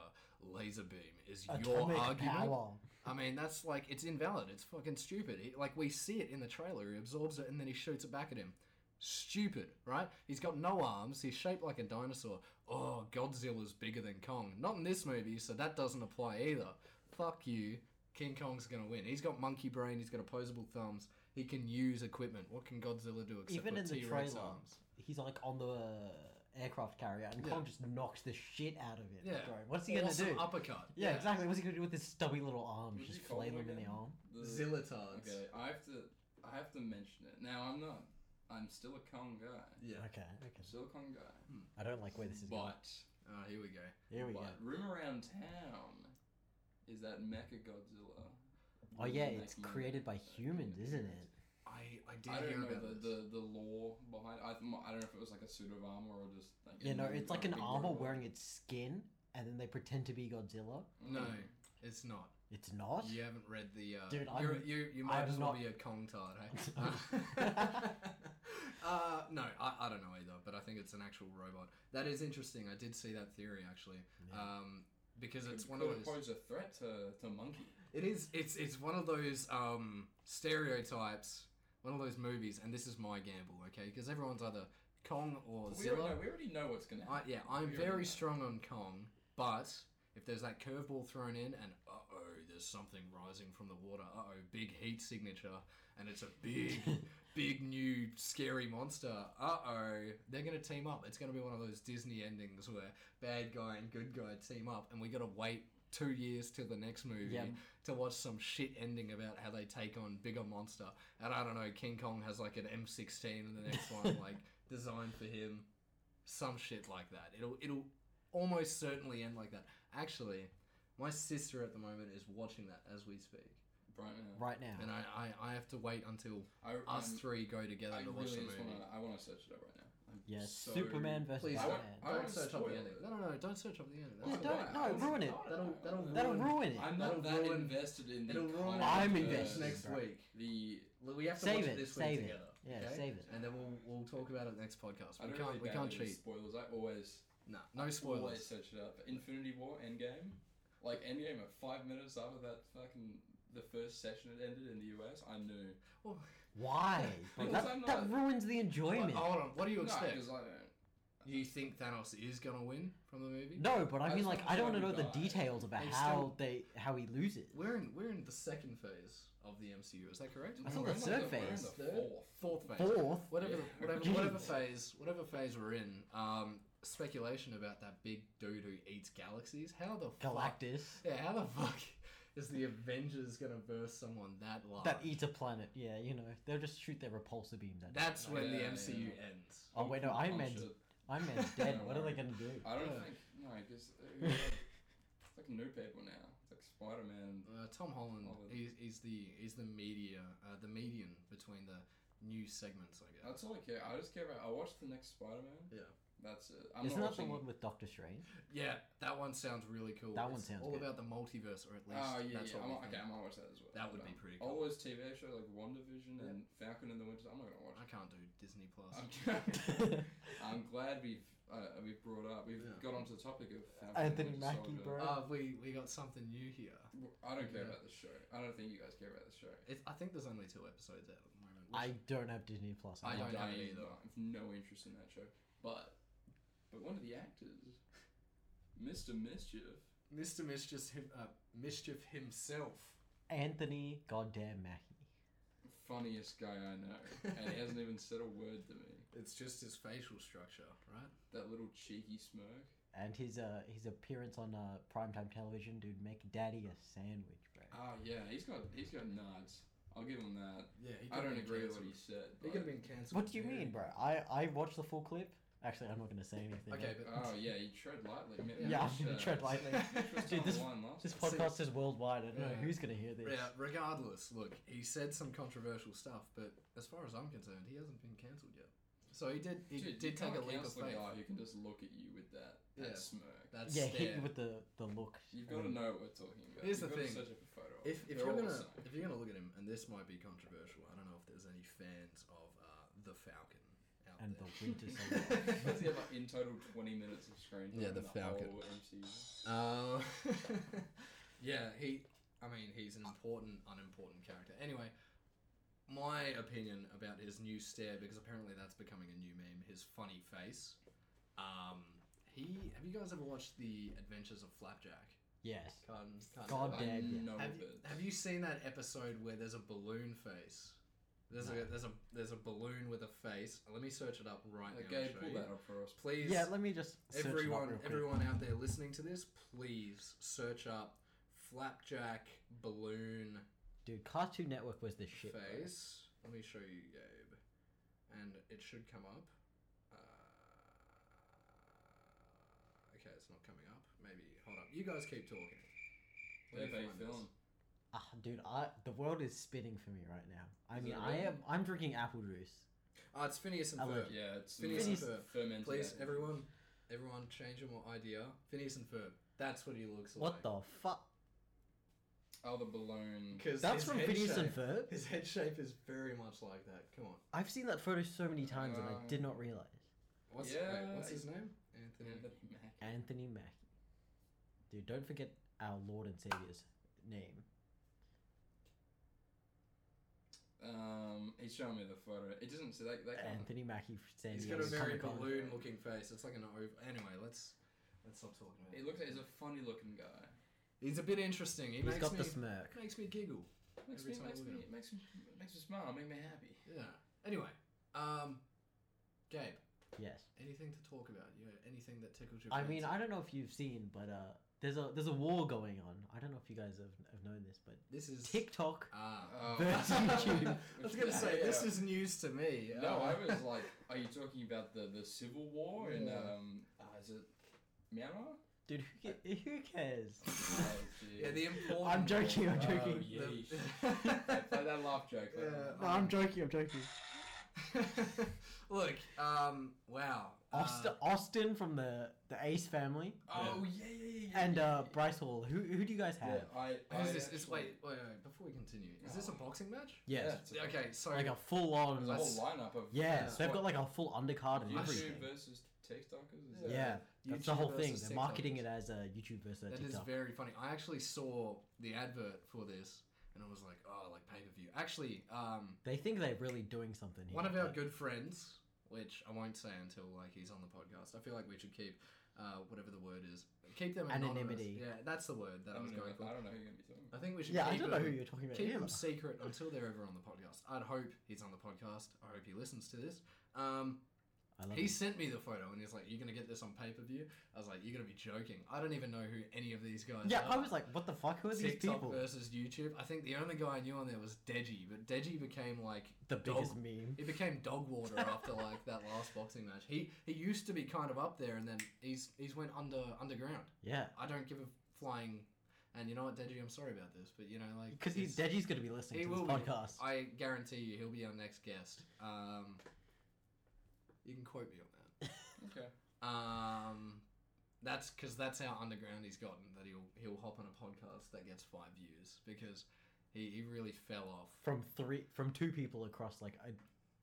S1: laser beam is your
S3: Atomic
S1: argument,
S3: power.
S1: I mean that's like it's invalid. It's fucking stupid. He, like we see it in the trailer, he absorbs it and then he shoots it back at him. Stupid, right? He's got no arms. He's shaped like a dinosaur. Oh, Godzilla's bigger than Kong. Not in this movie, so that doesn't apply either. Fuck you. King Kong's gonna win. He's got monkey brain. He's got opposable thumbs. He can use equipment. What can Godzilla do except
S3: Even
S1: put
S3: in the
S1: T-Rex
S3: trailer.
S1: arms?
S3: He's like on the uh, aircraft carrier, and
S1: Yeah.
S3: Kong just knocks the shit out of it.
S1: Yeah.
S3: Bro, What's he gonna
S1: Awesome
S3: do?
S1: uppercut.
S3: yeah, exactly. What's he gonna do with this stubby little arm?
S2: What'd
S3: Just
S2: you call him
S3: flail him in the
S2: again?
S3: arm.
S2: The-
S1: Zillitards.
S2: Okay, I have to. I have to mention it. Now I'm not. I'm still a Kong guy.
S1: Yeah.
S3: Okay, okay.
S2: I'm still a Kong guy.
S3: I don't like where this is going.
S2: But
S1: Ah, here we go.
S3: Here we go.
S2: but room around town is that Mecha Godzilla.
S3: Oh yeah, it's created by humans, isn't it?
S1: I I did
S2: I
S1: hear
S2: don't know
S1: about
S2: the,
S1: this.
S2: the, the lore behind. I, th- I don't know if it was like a suit of armor or just like.
S3: You
S2: a
S3: know,
S2: new,
S3: it's like an
S2: big
S3: armor
S2: robot.
S3: wearing its skin, and then they pretend to be Godzilla.
S2: Mm.
S1: No, it's not.
S3: It's not.
S1: You haven't read the. Uh,
S3: Dude,
S1: you're,
S3: I'm-
S1: you you might
S3: I'm
S1: as well
S3: not-
S1: be a Kong tard,
S3: [laughs]
S1: eh? [laughs] uh, no, I, I don't know either, but I think it's an actual robot. That is interesting. I did see that theory actually,
S3: Yeah.
S1: um, because
S2: Could-
S1: it's one
S2: could
S1: of those.
S2: pose a threat to, to monkey.
S1: It is. It's it's one of those um, stereotypes. One of those movies, and this is my gamble, okay? Because everyone's either Kong or
S2: We already,
S1: Zilla.
S2: know, we already know what's gonna
S1: I,
S2: happen.
S1: yeah,
S2: We
S1: I'm
S2: already know.
S1: very strong on Kong, but if there's that curveball thrown in and uh oh, there's something rising from the water, uh oh, big heat signature, and it's a
S2: [laughs]
S1: big, big new scary monster, uh oh, they're going to team up. It's going to be one of those Disney endings where bad guy and good guy team up, and we got to wait two years till the next movie
S3: Yeah.
S1: to watch some shit ending about how they take on bigger monster. And I don't know, King Kong has like an M16 in the next
S3: [laughs]
S1: one, like designed for him, some shit like that. It'll it'll almost certainly end like that. Actually, my sister at the moment is watching that as we speak,
S2: Right now.
S3: Right now.
S1: and I, I, I have to wait until
S2: I,
S1: us
S2: I'm-
S1: three go together
S2: I
S1: to
S2: really
S1: watch
S2: just
S1: the movie.
S2: wanna. I wanna search it up right now. I'm
S3: yeah,
S2: so-
S3: Superman versus
S1: Please
S2: I
S3: Batman.
S2: won't- I
S1: Don't
S2: won't
S1: search up
S2: spoil
S1: the ending.
S2: it.
S1: No, no, no! Don't search up the ending.
S3: Yeah,
S1: That's-
S3: don't-
S2: Why?
S3: no, ruin it.
S2: Why?
S1: That'll- that'll
S2: Why?
S3: That'll ruin it.
S2: I'm not
S1: that'll
S2: that
S1: ruin-
S2: invested in the.
S1: It'll ruin
S2: concept.
S3: I'm
S1: it
S3: invested.
S1: next
S3: Right.
S1: week.
S2: The
S1: We have to
S3: Save
S1: watch
S3: it,
S1: it this
S3: save
S1: week
S3: it.
S1: together.
S3: Yeah,
S1: okay?
S3: save it.
S1: And then we'll we'll talk about it next podcast. We
S2: I don't
S1: can't
S2: really
S1: we can't
S2: dabble in
S1: cheat.
S2: Spoilers. I always
S1: No, no
S2: always
S1: spoilers.
S2: search it up. Infinity War, Endgame, like Endgame. At five minutes after that fucking the first session it ended in the US, I knew.
S1: Well, [laughs]
S3: Why?
S2: Because
S3: that,
S2: I'm
S3: that
S2: not-
S3: ruins the enjoyment.
S1: hold on, what do you
S2: No,
S1: expect?
S2: because I don't.
S1: You think Thanos is gonna win from from the movie?
S3: No, but I,
S2: I
S3: mean,
S2: just wanted
S3: like,
S2: to
S3: I
S2: know
S3: don't
S2: how
S3: know
S2: he
S3: the
S2: died.
S3: details about
S1: They
S3: how
S1: still-
S3: they how he loses.
S1: We're in we're in the second phase of the MCU. Is that correct?
S3: I
S2: No,
S3: thought
S2: we're
S3: the
S2: in, like,
S3: third
S2: the- we're in
S3: phase.
S2: the
S1: Third?
S2: fourth.
S1: Fourth phase.
S3: Fourth,
S1: Whatever,
S2: Yeah.
S1: whatever,
S3: Jeez.
S1: whatever phase, whatever phase we're in. Um, speculation about that big dude who eats galaxies. How the fuck?
S3: Galactus
S1: Yeah, how the fuck is the Avengers gonna burst someone that large?
S3: that eats a planet. Yeah, you know, they'll just shoot their repulsor beam. That
S1: That's when the
S2: Yeah,
S1: MCU
S2: yeah.
S1: ends.
S3: Oh wait, no, Iron Man's
S2: Shit.
S3: Iron
S1: [laughs]
S3: Man's dead.
S2: Don't
S3: what are they
S2: worry.
S3: gonna do?
S2: I don't
S1: Yeah.
S2: think. No, uh, because it's like new people now. It's like Spider Man.
S1: Uh, Tom Holland
S2: Holland.
S1: is he's the he's the media uh, the median between the new segments, I guess.
S2: That's all I care. I just care about. I watched the next Spider Man.
S1: Yeah.
S2: That's it. I'm
S3: Isn't
S2: not
S3: that the
S2: watching.
S3: one with Doctor Strange?
S1: [laughs]
S3: [laughs]
S1: Yeah, that one sounds really cool.
S3: That one
S1: It's
S3: sounds
S1: all
S3: good.
S1: about the multiverse, or at least
S2: Oh yeah,
S1: that's
S2: yeah.
S1: what
S2: I'm,
S1: we
S2: not- okay,
S1: think.
S2: I might watch that as well.
S1: That would
S2: but,
S1: be
S2: um,
S1: pretty
S2: All
S1: cool.
S2: those TV shows like WandaVision
S1: Yeah.
S2: and Falcon and the Winter. I'm not gonna watch.
S1: I can't do Disney Plus.
S2: it. I'm, [laughs] I'm glad we've uh, we've brought up. We''ve
S1: Yeah.
S2: got onto the topic of Falcon and
S3: Anthony
S2: Winter
S3: Mackie,
S2: Soldier.
S3: [laughs]
S1: Uh,
S3: bro.
S1: we we got something new here.
S2: I don't care
S1: Yeah.
S2: about the show. I don't think you guys care about the show.
S1: It, I think there's only two episodes out at the moment.
S3: I don't have Disney Plus.
S1: I
S3: I'm
S1: don't have
S3: not-
S2: I
S1: it
S2: have
S1: either.
S2: no interest in that show. But but one of the actors, Mr. Mischief.
S1: Mr. Mischief, him, uh, Mischief himself.
S3: Anthony Goddamn Mackie.
S2: Funniest guy I know, and he hasn't even said a word to me.
S1: It's just his facial structure, right?
S2: That little cheeky smirk.
S3: And his uh his appearance on uh primetime television, dude, make daddy a sandwich, bro.
S2: Ah, yeah, he's got he's got nuts. I'll give him that.
S1: Yeah, he
S2: I don't agree with what he said.
S1: He
S2: but-
S1: could have been cancelled.
S3: What do you mean, bro? I I watched the full clip. Actually, I'm not gonna say anything.
S1: Okay, but
S2: Oh yeah, you tread lightly. man.
S1: Yeah,
S3: yeah, I'm
S2: Mitch, uh,
S3: gonna tread [laughs]
S1: [laughs]
S3: lightly.
S2: Mitch was
S3: Dude,
S2: number
S3: this-
S2: one last
S3: This
S2: time.
S3: podcast is worldwide. I don't know
S1: Yeah.
S3: who's gonna hear this.
S1: Yeah, regardless, look, he said some controversial stuff, but as far as I'm concerned, he hasn't been cancelled yet. So he did he
S2: Dude, you
S1: did take a
S2: can't
S1: leap of
S2: cancel a
S1: faith.
S2: guy who can just look at you with that, that
S1: Yeah.
S2: smirk.
S1: That's
S3: Yeah, hit
S1: stare.
S3: you with the the look. Um,
S2: You've got to know what we're talking about.
S1: Here's the
S2: You've
S1: thing.
S2: got To search up a photo. of
S1: if, if
S2: him. They're
S1: you're
S2: all the
S1: gonna
S2: same.
S1: if you're gonna look at him, and this might be controversial, I don't know if there's any fans of uh, the Falcon out
S3: and
S1: there.
S3: the
S1: [laughs]
S3: winter soldier.
S2: [laughs] Does he have like in total twenty minutes of screen time?
S1: Yeah,
S2: in
S1: the Falcon.
S2: whole MCU?
S1: Uh, [laughs] yeah, he. I mean, he's an important, unimportant character. Anyway, my opinion about his new stare, because apparently that's becoming a new meme. His funny face. Um, he. Have you guys ever watched the Adventures of Flapjack?
S3: yes.
S1: Can't, can't
S3: God
S1: I-
S2: I
S3: damn, yeah.
S2: know
S1: Have
S2: of
S1: you,
S2: it.
S1: have you seen that episode where there's a balloon face? There's a
S3: No.
S1: there's a there's a balloon with a face. Let me search it up right now.
S2: Okay,
S1: and show
S2: pull
S1: you.
S2: that up for us.
S1: Please,
S3: Yeah, let me just search
S1: everyone
S3: it up real quick.
S1: everyone out there listening to this please search up flapjack balloon
S3: Dude, Cartoon Network was the shit. bro.
S1: face let me show you gabe and it should come up uh, okay it's not coming up maybe hold up you guys keep talking Let
S2: They're
S1: me
S2: fake
S1: find this.
S2: film.
S3: Ah, dude, I the world is spinning for me right now. I
S2: Is
S3: mean,
S2: it
S3: I
S2: really?
S3: am I'm drinking apple juice.
S1: oh it's phineas and
S3: I like
S1: ferb
S2: Yeah, it's
S1: Phineas
S3: and
S1: Ferb.
S2: fermented.
S1: please
S2: apple.
S1: everyone everyone change your idea phineas and ferb that's what he looks
S3: What
S1: like
S3: the fuck?
S2: Oh, the balloon.
S1: because
S3: That's
S1: his
S3: from
S1: head
S3: Phineas and
S1: shape-
S3: Ferb.
S1: his head shape is very much like that come on
S3: I've seen that photo so many times and
S1: Um,
S3: I did not realize.
S1: What's,
S2: Yeah,
S1: wait, what's
S2: I-
S1: his name?
S2: Yeah,
S1: Anthony.
S2: the Mac.
S3: Anthony Mackie. Dude, don't forget our Lord and Savior's name.
S2: Um, he's showing me the photo. It doesn't say that. that can't-
S3: Anthony Mackie San
S1: He's got
S3: Diego
S1: a very
S3: Comic-Con.
S1: balloon-looking face. It's like an over. Anyway, let's let's stop talking about
S2: He
S1: it.
S2: looks like he's a funny-looking guy.
S1: He's a bit interesting. He
S3: He's
S1: makes
S3: got
S1: me
S3: the smirk.
S1: makes me giggle.
S2: Makes
S1: Every
S2: me,
S1: time I
S2: makes
S1: look
S2: me,
S1: at him.
S2: makes me, makes me smile. Make me happy.
S1: Yeah. Anyway, um, Gabe,
S3: Yes.
S1: anything to talk about? You know, anything that tickled your?
S3: I mean,
S1: fancy?
S3: I don't know if you've seen, but uh, there's a there's a war going on. I don't know if you guys have, have known this, but
S1: this is
S3: TikTok.
S1: Ah,
S2: [laughs]
S1: [laughs]
S2: Oh.
S3: That's YouTube.
S1: I was gonna say this is news to me.
S2: No,
S1: Uh, [laughs]
S2: I was like, are you talking about the, the civil war in
S1: Yeah.
S2: um, uh, is it Myanmar?
S3: Dude, who, ca-
S1: Uh,
S3: who cares?
S2: Oh, gee.
S1: yeah, the important.
S3: I'm joking. I'm
S2: Oh,
S3: joking.
S2: yeah.
S1: The- [laughs]
S2: Yeah, play that laugh joke. play that
S1: Yeah. um,
S3: No, I'm joking. I'm joking.
S1: [laughs] Look, um, wow. uh,
S3: Austin, Austin from the the Ace family.
S2: laugh. Oh yeah, yeah, yeah. yeah,
S3: And
S2: yeah,
S3: uh,
S2: yeah.
S3: Bryce Hall. Who who do you guys
S2: Oh, yeah,
S3: have?
S2: I, I
S1: Who's this? It's,
S2: actually-
S1: wait, wait, wait. Before we continue, is this a boxing match?
S2: Yeah,
S3: Yes.
S2: it's a-
S1: Okay, so
S3: Like a full on.
S2: There's a whole lineup of
S3: Yes,
S1: Yeah.
S3: they've got like a full undercard and
S2: YouTube
S3: everything.
S2: versus TikTokers. Is
S1: Yeah.
S2: that-
S3: Yeah, that's the
S1: uh, YouTube
S3: whole thing.
S1: versus
S3: They're marketing
S1: TikTokers.
S3: it as a YouTube versus a
S1: That is
S3: TikTok.
S1: very funny. I actually saw the advert for this, and I was like, oh, like pay per view. Actually, um,
S3: They think they're really doing something here.
S1: one of our
S3: but-
S1: good friends, which I won't say until like he's on the podcast. I feel like we should keep uh, whatever the word is. Keep them anonymous.
S3: Anonymity.
S1: Yeah, that's the word that
S2: I
S1: I was
S2: don't, know,
S1: going
S2: I
S1: for.
S2: don't know who you're going to be
S1: [laughs]
S2: talking
S1: I think we should
S3: Yeah, I
S1: keep
S3: don't know who
S1: them-
S3: you're talking about.
S1: keep
S3: either.
S1: him secret until they're ever on the podcast. I'd hope he's on the podcast. I hope he listens to this. Um,
S3: I love
S1: he
S3: him.
S1: sent me the photo and he's like, "You're gonna get this on pay per view." I was like, "You're gonna be joking." I don't even know who any of these guys.
S3: Yeah,
S1: are.
S3: I was like, what the fuck? Who are these
S1: uh, TikTok
S3: people?
S1: versus YouTube. I think the only guy I knew on there was Deji, but Deji became like
S3: The
S1: dog-
S3: biggest meme.
S1: He became dog
S3: [laughs]
S1: water after like that last boxing match. He he used to be kind of up there, and then he's he's went under underground.
S3: Yeah.
S1: I don't give a flying. And you know what, Deji, I'm sorry about this, but you know like
S3: Because
S1: he's
S3: he's Deji's going to be listening
S1: he
S3: to this
S1: will be.
S3: podcast.
S1: I guarantee you, he'll be our next guest. Um, you can quote me on that.
S2: about. Okay.
S1: Um, that's because that's how underground he's gotten. That he'll he'll hop on a podcast that gets five views because he, he really fell off.
S3: From three, from two people across like a,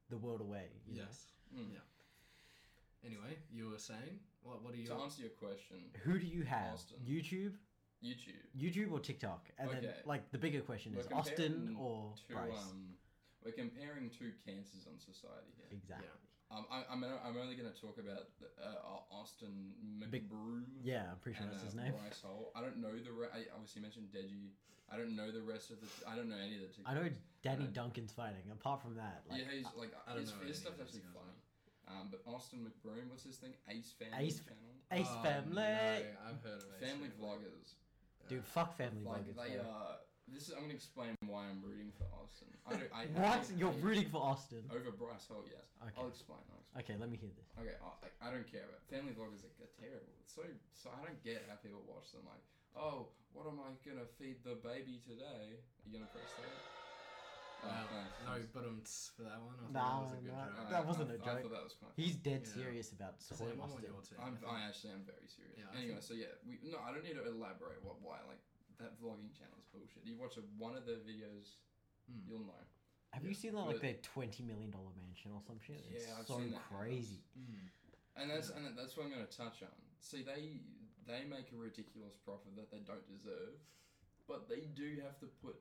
S3: the world away. you know?
S1: Yes.
S2: Mm.
S1: Yeah. Anyway, you were saying what? What are you?
S2: To answer your question,
S3: Who do you have?
S2: Austin.
S3: YouTube,
S2: YouTube.
S3: YouTube or TikTok? And then
S2: Okay.
S3: like the bigger question
S2: We're
S3: is Austin
S2: comparing
S3: or
S2: Two,
S3: Bryce.
S2: um, we're comparing two cancers on society here.
S3: exactly.
S2: Um, I, I'm, I'm only going to talk about uh, Austin
S3: Big-
S2: McBroom.
S3: Yeah. I'm pretty sure
S2: and,
S3: that's
S2: uh,
S3: his name.
S2: Bryce Hall. I don't know the. Re- I obviously mentioned Deji. I don't know the rest of the. I don't know any of the.
S3: I know
S2: TikToks.
S3: Danny
S2: I-
S3: Duncan's fighting. Apart from that, like
S2: yeah, he's like
S1: I don't
S2: his,
S1: know
S2: his
S1: any of
S2: stuff's
S1: these
S2: actually
S1: guys,
S2: funny. Um, but Austin McBroom, what's his thing? Ace Family
S3: Ace Fa-
S2: Channel.
S3: Ace
S1: Oh,
S3: Family,
S1: no, I've heard of Ace
S2: Family
S1: Family. Uh,
S2: vloggers.
S1: Yeah.
S3: dude, fuck Family
S2: Like
S3: Vloggers.
S2: they
S3: bro.
S2: uh This is. I'm gonna explain why I'm rooting for Austin. I don't, I
S3: [laughs] what?
S2: actually
S3: You're
S2: hate-
S3: rooting for Austin?
S2: over Bryce Hall? Yes. I'll
S3: Okay.
S2: explain. I'll explain.
S3: Okay, let me hear this.
S2: Okay, I, like, I don't care about family vloggers. Like, they're terrible. It's so so. I don't get how people watch them. Like, oh, what am I gonna feed the baby today? Are you gonna press that? Oh,
S1: Wow.
S2: thanks.
S1: Uh, No, but um, tss, for that one, I thought that
S3: Nah,
S1: was a good
S3: nah.
S1: joke.
S2: Alright,
S3: that wasn't
S2: uh, I-
S3: a
S2: I
S3: joke.
S2: thought that was quite.
S3: He's dead
S1: Yeah.
S3: serious about
S1: Sam,
S3: supporting
S1: I'm on
S3: Austin.
S1: your team.
S2: [laughs]
S1: I
S2: I'm,
S1: think.
S2: I actually am very serious.
S1: Yeah, I
S2: anyway, so yeah, we no, I don't need to elaborate what why like that vlogging channel is bullshit. You watch a, one of their videos,
S1: Hmm.
S2: you'll know.
S3: Have
S1: Yeah,
S3: you seen that
S2: but-
S3: like their twenty million dollar mansion or some shit? It's
S2: Yeah, I've
S3: so
S2: seen that house.
S3: crazy.
S1: Mm.
S2: And that's
S1: Yeah.
S2: and that's what I'm going to touch on. See, they they make a ridiculous profit that they don't deserve, but they do have to put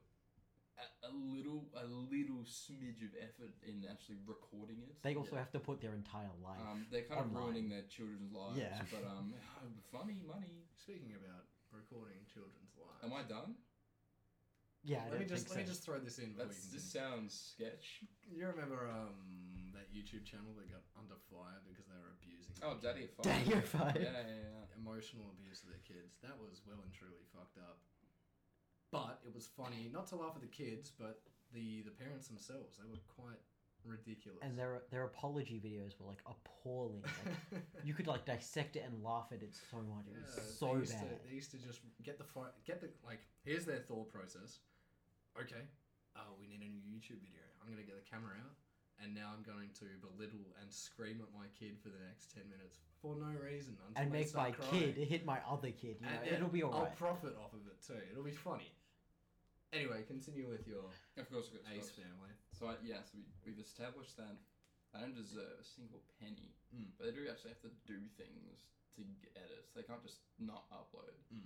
S2: a, a little a little smidge of effort in actually recording it.
S3: They also have to put their entire life.
S2: um, they're kind of
S3: online.
S2: ruining their children's lives.
S3: Yeah.
S2: But um, [laughs] funny money.
S1: Speaking about recording children's lives.
S2: Am I done?
S3: yeah, I
S1: let me
S3: don't
S1: just let
S3: think
S1: me
S3: so.
S1: just throw this in. before you
S2: That
S1: continue.
S2: just sounds sketch.
S1: You remember um that YouTube channel that got under fire because they were abusing
S2: Oh,
S1: their
S3: [laughs]
S1: kids?
S2: daddy, fine.
S3: Dang, you're
S2: Yeah,
S3: fine.
S2: yeah, yeah.
S1: emotional abuse of their kids. That was well and truly fucked up. But it was funny, not to laugh at the kids, but the the parents themselves. They were quite ridiculous.
S3: And their their apology videos were like appalling.
S1: [laughs]
S3: Like, you could like dissect it and laugh at it so much. It
S1: Yeah,
S3: was so
S1: they
S3: bad.
S1: used To, they used to just get the fi- get the like. Here's their thought process. Okay, oh, we need a new YouTube video. I'm gonna get the camera out, and now I'm going to belittle and scream at my kid for the next ten minutes for no reason until
S3: and
S1: they
S3: make my
S1: start crying.
S3: kid hit my other kid. You know,
S1: And, yeah,
S3: it'll be
S1: I'll
S3: alright.
S1: profit off of it too. It'll be funny. Anyway, continue with your
S2: Of course, of course, of
S1: Ace
S2: course.
S1: family.
S2: So I, yeah, so we, we've established that they don't deserve a single penny,
S1: Mm.
S2: but they do actually have to do things to get it. So they can't just not upload.
S1: Mm.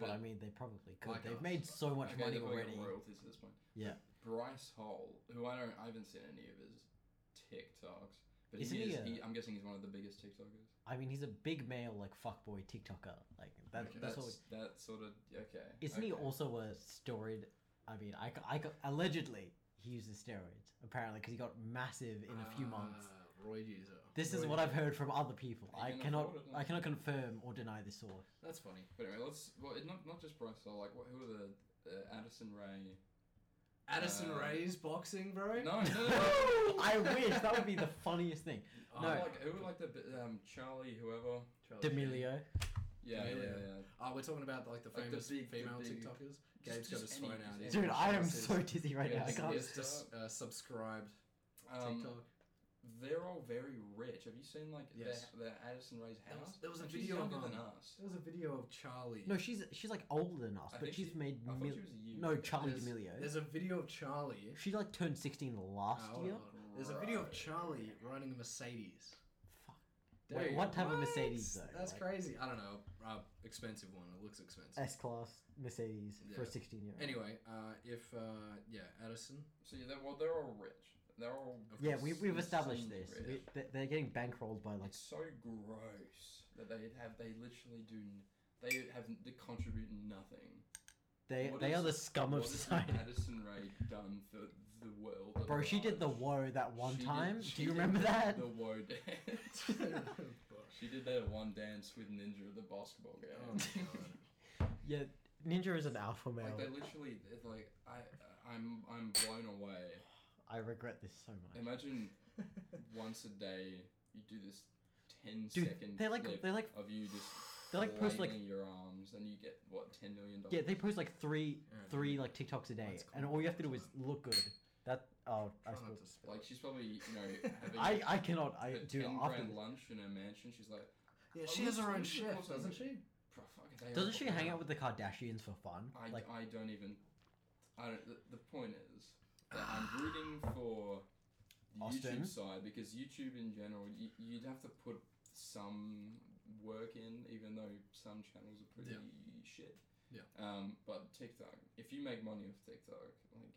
S3: but I mean, they probably could.
S1: Like oh,
S3: They've
S1: us.
S3: made so much
S2: okay,
S3: money
S2: they're probably got
S3: already.
S2: royalties at this point.
S3: Yeah.
S2: Bryce Hall, who I don't, I haven't seen any of his TikToks, but
S3: Isn't
S2: he
S3: he
S2: is.
S3: a-
S2: He, I'm guessing he's one of the biggest TikTokers.
S3: I mean, he's a big male like fuckboy TikToker. Like that,
S1: Okay.
S3: that's,
S2: That's,
S3: all.
S2: that sort of okay.
S3: Isn't he
S2: okay.
S3: also a steroid? I mean, I, ca- I ca- allegedly he uses steroids apparently because he got massive in a few months.
S1: Ah, Roy user.
S3: This is
S1: Roy
S3: what I've
S1: user.
S3: heard from other people.
S2: He
S3: I
S2: can
S3: cannot
S2: afford it,
S3: I
S2: yeah.
S3: cannot confirm or deny this
S2: [laughs]
S3: source.
S1: That's funny.
S2: But anyway, let's. Well, it, not not just Bryce Hall. Like, what, who are the uh, Addison Ray?
S1: Addison
S2: Uh,
S1: Ray's boxing, bro.
S2: No, no, no. Oh, no.
S3: [laughs] I wish that would be the funniest thing.
S1: Oh,
S3: No.
S2: Who like who like the bi- um Charlie whoever?
S1: Charlie Sheen.
S3: D'Amelio.
S2: Oh, Yeah, yeah,
S1: D'Amelio.
S2: yeah.
S1: Oh, we're talking about like the
S2: Like, the
S1: famous
S2: big- the
S1: female
S2: big-
S1: TikTokers. Gabe's
S2: Just-
S1: got
S2: just
S1: his
S2: any-
S1: phone out.
S2: just
S1: he's
S2: any-
S3: Dude, I am
S1: glasses. [laughs]
S3: so dizzy right
S2: Yeah,
S3: now. I
S2: it's-
S1: He's,
S3: can't.
S2: it's-
S1: he's just uh, subscribed
S2: Um,
S1: TikTok.
S2: they're all very rich. Have you seen like
S1: Yes.
S2: the, the Addison Ray's
S1: There was-
S2: house?
S1: there was a
S2: She's
S1: video of,
S2: younger than
S1: um,
S2: us.
S1: There was a video of Charlie.
S3: No, she's she's like older than
S2: I
S3: us, but
S2: think
S3: she's
S2: she-
S3: made
S2: I thought
S3: mil-
S2: she was you.
S3: no Charlie
S1: There's-
S3: D'Amelio.
S1: There's a video of Charlie.
S3: She like turned sixteen last
S1: Oh,
S3: year.
S1: There's a video of
S2: Right.
S1: Charlie riding a Mercedes.
S3: Fuck. Wait, what type of Mercedes, though?
S1: That's
S3: Like-
S1: crazy. I don't know. Uh, expensive one. It looks expensive.
S3: S class Mercedes for a
S1: Yeah.
S3: sixteen year old.
S1: [laughs] Anyway, uh, if uh, yeah, Addison. [laughs]
S2: So yeah, they're, well, they're all rich. They're all
S1: Of
S3: Yeah, we,
S1: course,
S3: we've established
S2: insanely
S3: this.
S2: rich.
S3: We, they- they're getting bankrolled by like
S2: It's so gross. that they have. They literally do. N- they have. They contribute nothing.
S3: They
S2: What
S3: they are the
S2: is-
S3: scum
S2: What
S3: of
S2: has
S3: society.
S2: Addison Rae done for the world? at
S3: Bro, she did the
S2: large?
S3: woe that one
S2: She did-
S3: time.
S2: she
S3: Do you
S2: did
S3: remember that?
S2: The woe
S1: Oh,
S2: dance.
S3: [laughs]
S2: she did that one dance with Ninja the basketball game.
S1: Oh my
S3: Yeah, Ninja is an alpha
S2: [laughs]
S3: male.
S2: like they literally, it's like I, I'm, I'm blown away.
S3: I regret this so much.
S2: Imagine
S1: God.
S2: once a day you do this 10
S3: Dude,
S2: second
S3: they like
S2: clip
S3: they like
S2: of you just
S3: they like post like
S2: flailing your arms and you get what 10 million dollars.
S3: yeah they post like three
S1: Yeah,
S3: three like TikToks a day,
S1: That's
S3: and
S1: cool.
S3: all you have to do is look good. That oh
S1: Try
S3: I
S1: not
S3: spoke.
S1: to spill
S2: Like
S1: it.
S2: she's probably you
S3: [laughs]
S2: know having
S3: I I cannot I
S2: a
S3: do
S2: 10
S3: after
S2: grand
S3: this.
S2: lunch in her mansion. She's like,
S1: Yeah,
S2: Oh,
S1: she has her own
S2: Lucy- Lucy
S1: chef,
S2: also-
S1: doesn't she?
S2: "Bro, fuck, they are
S3: doesn't she
S2: fucking
S3: hang
S2: up."
S3: out with the Kardashians for fun?
S2: I,
S3: like
S2: I don't even. I don't. The, the point is that I'm rooting for the
S3: Austin?
S2: YouTube side because YouTube in general, you, you'd have to put some work in, even though some channels are pretty shit.
S1: Yeah.
S2: Um, but TikTok, if you make money off TikTok, like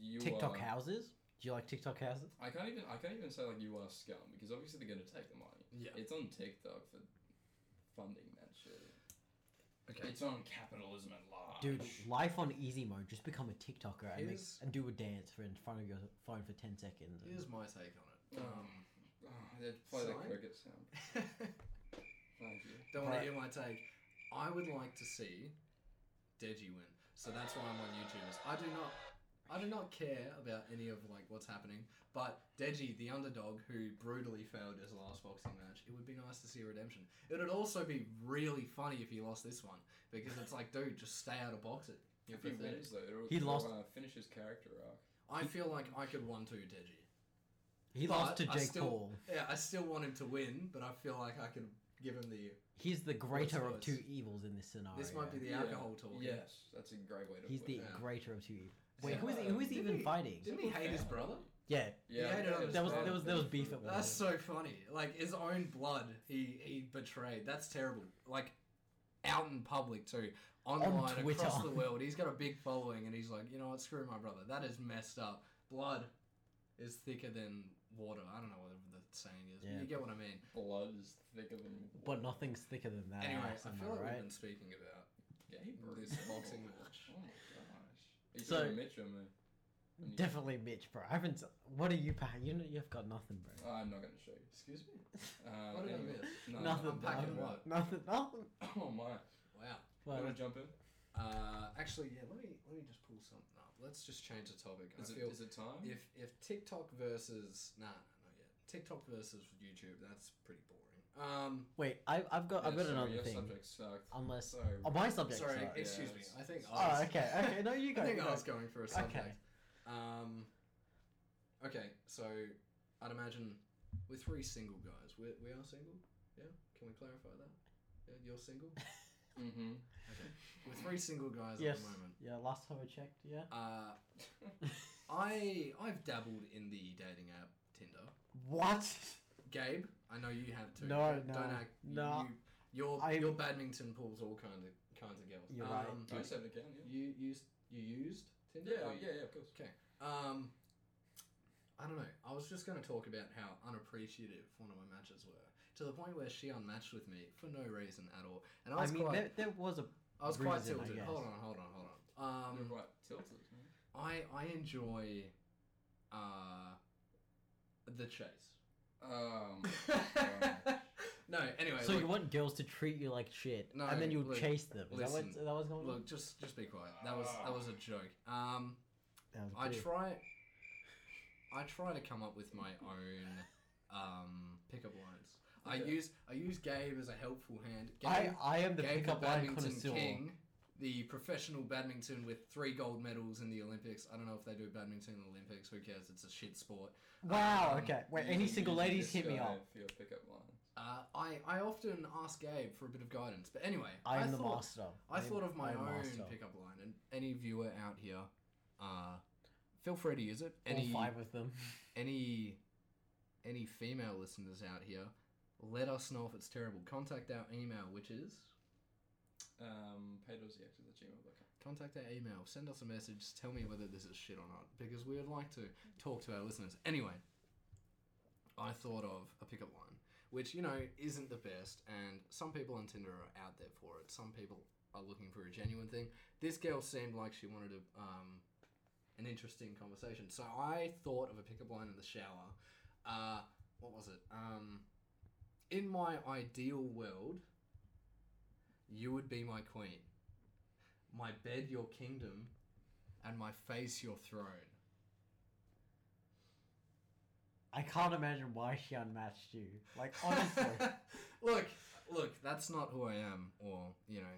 S2: you uh,
S3: TikTok
S2: are,
S3: houses. Do you like TikTok houses?
S2: I can't even. I can't even say like you are scum because obviously they're gonna take the money.
S1: Yeah.
S2: It's on TikTok for funding that shit.
S1: Okay.
S2: It's on capitalism at large.
S3: Dude, life on easy mode. Just become a TikToker and, make,
S1: Here's-
S3: and do a dance for in front of your phone for ten seconds. and-
S1: Here's my take on it.
S2: Um, oh, they'd play the
S1: Sign?
S2: cricket sound. Thank you.
S1: Um, [laughs] Don't want to
S3: Right.
S1: hear my take. I would like to see Deji win, so that's why I'm on YouTube. is I do not, I do not care about any of like what's happening. But Deji, the underdog who brutally failed his last boxing match, it would be nice to see redemption. It would also be really funny if he lost this one because it's like, dude, just stay out of boxing. You're
S2: If he
S1: pathetic.
S2: wins, though, it'll,
S3: He
S2: it'll,
S3: lost-
S2: Uh, finish his character arc.
S1: I feel like I could one two Deji.
S3: He
S1: But
S3: lost to
S1: I
S3: Jake
S1: still-
S3: Paul.
S1: Yeah, I still want him to win, but I feel like I could give him the.
S3: He's the greater of
S1: worse?
S3: two evils in this scenario.
S1: This might be the
S2: Yeah.
S1: alcohol talk.
S2: Yes, that's a great way to.
S3: He's
S2: put
S3: the
S2: it.
S1: Yeah.
S3: greater of two evils.
S1: Is
S3: Wait,
S1: that
S3: who is
S1: right?
S3: who is he
S1: Didn't
S3: even
S1: he-
S3: fighting?
S1: Didn't he hate his brother?
S3: Yeah,
S2: Yeah,
S1: hated
S2: yeah,
S1: on his
S2: that
S1: was-
S2: bad.
S1: there
S3: was- there was beef at one-
S1: That's so funny. Like his own blood, he he betrayed. That's terrible. Like out in public too, online
S3: Twitter.
S1: across the world. He's got a big following, and he's like, you know what? Screw my brother. That is messed up. Blood is thicker than water. I don't know what the saying is.
S3: Yeah.
S1: But you get what I mean.
S2: Blood is thicker than.
S3: but nothing's thicker than that.
S1: anyway,
S3: ass, am
S1: I feel like we've
S3: right?
S1: been speaking about
S2: Gabriel.
S1: this boxing match.
S2: Oh my gosh. He's
S3: So-
S2: so, Mitchum. man. When you-
S3: Definitely Mitch, bro. I haven't. s- What are you packing? You know, you've got nothing, bro.
S2: I'm not gonna show you. Excuse me. Um,
S1: What did I
S2: anyway.
S1: miss?
S2: No,
S3: nothing.
S1: I'm packing
S3: bro.
S1: what?
S3: Nothing. Nothing.
S2: Oh my.
S1: Wow.
S3: Well,
S2: you wanna jump in?
S1: Uh, actually, yeah. Let me let me just pull something up. Let's just change the topic. I
S2: Is it,
S1: feel
S2: is it time?
S1: If if TikTok versus nah, not yet. TikTok versus YouTube, that's pretty boring. Um,
S3: wait, I, I've got. I've
S2: Yeah,
S3: got
S2: sorry,
S3: another
S2: your
S3: thing.
S2: subject sucked.
S3: Unless.
S2: Sorry.
S3: Oh, my subject.
S1: sorry,
S3: sucks.
S2: it-
S1: excuse me.
S2: yes.
S1: I think. I
S3: Oh,
S1: was,
S3: okay.
S1: [laughs]
S3: Okay. No, you go.
S1: I think
S3: you
S1: I
S3: go.
S1: was going for a
S3: Okay.
S1: subject. Um, okay, so I'd imagine we're three single guys. We we are single. Yeah, can we clarify that? Yeah, you're single.
S2: Mm-hmm.
S1: We're three single guys
S3: Yes.
S1: at the moment.
S3: Yeah. Last time I checked. Yeah.
S1: Uh,
S2: [laughs]
S1: I I've dabbled in the dating app Tinder.
S3: What?
S1: Gabe, I know you have too.
S3: No,
S1: Don't
S3: no,
S1: act.
S3: no.
S1: You, your
S3: I'm-
S1: your badminton pulls all kind of kinds of girls.
S3: You're right.
S1: um,
S2: I just have it again. Yeah.
S1: You used you used Tinder.
S2: Yeah,
S1: Or
S2: yeah,
S1: you-
S2: yeah, of course.
S1: Um, I don't know. I was just going to talk about how unappreciative one of my matches were to the point where she unmatched with me for no reason at all, and I
S3: I
S1: was
S3: mean,
S1: quite
S3: there, there was a.
S1: I was quite
S3: reason, I
S1: tilted.
S3: guess.
S1: Hold on, hold on, hold on. Um,
S2: You're right. Tilted. man.
S1: I I enjoy uh the
S2: [laughs]
S1: chase.
S2: Um,
S1: no, anyway.
S3: So
S1: look,
S3: you want girls to treat you like shit,
S1: No,
S3: and then you'll
S1: look,
S3: chase them. Is that
S1: listen,
S3: what that was going on?
S1: Look, just just be quiet. That was that was a joke. Um,
S3: That was
S1: I
S3: good.
S1: try, I try to come up with my own um pickup lines. I
S2: Okay.
S1: use I use Gabe as a helpful hand.
S3: I,
S1: Gabe,
S3: I am the
S1: Gabe
S3: pickup
S1: the
S3: line
S1: badminton
S3: connoisseur.
S1: king, the professional badminton with three gold medals in the Olympics. I don't know if they do badminton in the Olympics. Who cares? It's a shit sport.
S3: Wow.
S1: Um,
S3: Okay. [laughs] Wait.
S2: you
S3: Any
S2: can
S3: single
S2: usually
S3: ladies hit me
S2: discover
S3: up.
S2: For your pickup lines.
S1: Uh, I I often ask Gabe for a bit of guidance, but anyway,
S3: I am the
S1: thought-
S3: master.
S1: I
S3: am-
S1: thought of my
S3: I am
S1: own
S3: master.
S1: pickup line, and any viewer out here, uh, feel free to use it.
S3: All
S1: Any
S3: five of them.
S1: any any female listeners out here, let us know if it's terrible. Contact our email, which is
S2: Um, paydosiex at gmail.com.
S1: contact our email. Send us a message. Tell me whether this is shit or not, because we would like to talk to our listeners. Anyway, I thought of a pickup line, which you know isn't the best. And some people on Tinder are out there for it. Some people are looking for a genuine thing. This girl seemed like she wanted a, um, an interesting conversation. So I thought of a pickup line in the shower. Uh, what was it? Um, in my ideal world, you would be my queen, my bed your kingdom, and my face your throne.
S3: I can't imagine why she unmatched you. Like honestly,
S1: [laughs] look, look, that's not who I am, or you know,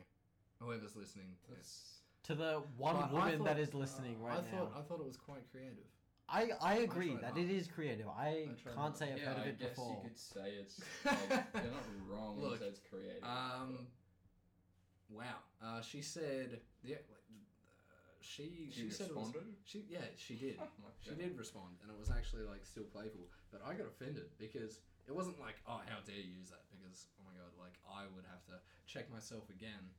S1: whoever's listening. to this.
S2: That's
S3: to the one
S1: But I
S3: woman
S1: thought- uh,
S3: that is listening right
S1: I
S3: now,
S1: thought I thought it was quite creative.
S3: I I agree
S1: tried
S3: that
S1: hard.
S3: it is creative.
S1: I
S3: I,
S1: tried
S3: can't say
S1: hard.
S3: I've
S2: yeah,
S3: heard of
S2: I
S3: it
S2: guess
S3: before.
S2: you could say [laughs] it's like, they're not wrong.
S1: Look,
S2: Look, it's creative.
S1: Um, wow. Uh, she said, yeah, like, uh, she
S2: but-
S1: she,
S2: she
S1: said it was,
S2: responded. [laughs]
S1: she yeah she did
S2: Oh my
S1: she
S2: God.
S1: did respond and it was actually like still playful, but I got offended because it wasn't like oh how dare you use that because oh my god like I would have to check myself again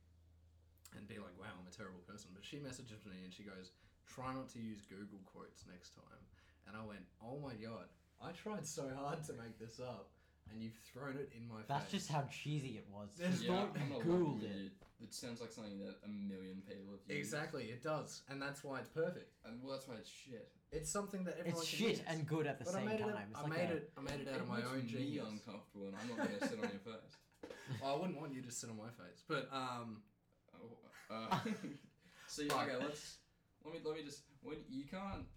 S1: and be like wow I'm a terrible person. But she messages me and she goes try not to use Google quotes next time, and I went oh my god I tried so hard to make this up and you've thrown it in my
S3: That's
S1: face.
S3: just how cheesy it was.
S1: There's
S2: yeah,
S1: not
S2: I'm not
S3: Googled
S2: with
S3: it.
S2: you. It sounds like something that a million people have used.
S1: Exactly, it does, and that's why it's perfect.
S2: And well, that's why it's shit.
S1: It's something that everyone
S3: It's
S1: can
S3: shit
S1: use.
S3: and good at the
S1: but I
S3: same
S1: made
S3: time.
S1: it.
S3: it's
S1: I
S3: like
S1: made
S3: a,
S1: it. I made it out of my
S2: makes
S1: own
S2: me
S1: genius.
S2: uncomfortable, and I'm not gonna sit on
S3: [laughs]
S2: your face.
S1: Oh, I wouldn't want you to sit on my face, but um,
S2: Oh, uh, [laughs] so yeah, okay, let's let me let me just when you can't.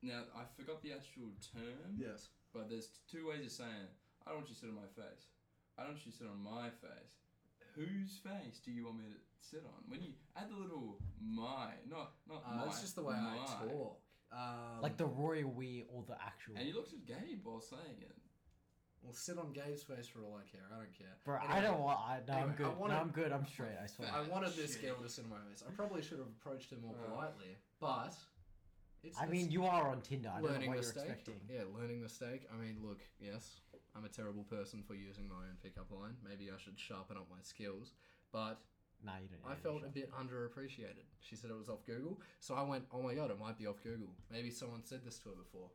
S2: Now I forgot the actual term,
S1: yes,
S2: but there's two ways of saying it. I don't want you to sit on my face. I don't want you to sit on my face. Whose face do you want me to sit on? When you add the little my, not not
S1: uh,
S2: my.
S1: it's just the way
S2: my.
S1: I talk. Um,
S3: like the royal we or the actual.
S2: And you looked at Gabe while saying it.
S1: We'll sit on Gabe's face for all I care. I don't care.
S3: Bro, I
S1: Anyway,
S3: don't want. I, no,
S1: anyway,
S3: I'm
S1: I
S3: good.
S1: wanna-
S3: no, I'm good. I'm straight. I swear.
S1: I wanted this
S2: Shit.
S1: girl to sit on my face. I probably should have approached her more
S2: Uh,
S1: politely, but it's.
S3: I
S1: it's
S3: mean, you are on Tinder. I don't know
S1: learning
S3: what you're
S1: mistake.
S3: expecting.
S1: Yeah, learning mistake. I mean, look, yes, I'm a terrible person for using my own pickup line. Maybe I should sharpen up my skills, but
S3: Nah, you don't.
S1: I
S3: need to
S1: felt a
S3: shut-
S1: bit underappreciated. She said it was off Google, so I went, "Oh my god, it might be off Google. Maybe someone said this to her before."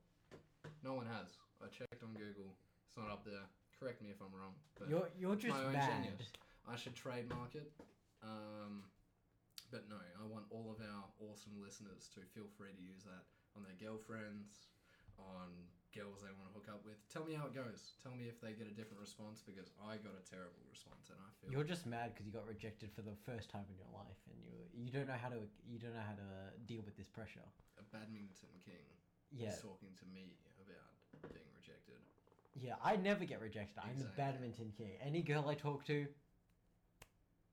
S1: No one has. I checked on Google. It's not up there. Correct me if I'm wrong. But
S3: You're you're just
S1: my own
S3: mad.
S1: genius. I should trademark it. Um, but no, I want all of our awesome listeners to feel free to use that on their girlfriends, on girls they want to hook up with. Tell me how it goes. Tell me if they get a different response because I got a terrible response and I feel
S3: You're just mad because you got rejected for the first time in your life, and you you don't know how to you don't know how to deal with this pressure.
S1: a badminton king.
S3: Yeah,
S1: is talking to me about being rejected.
S3: yeah. I never get rejected. I'm the
S1: Exactly.
S3: badminton king. Any girl I talk to,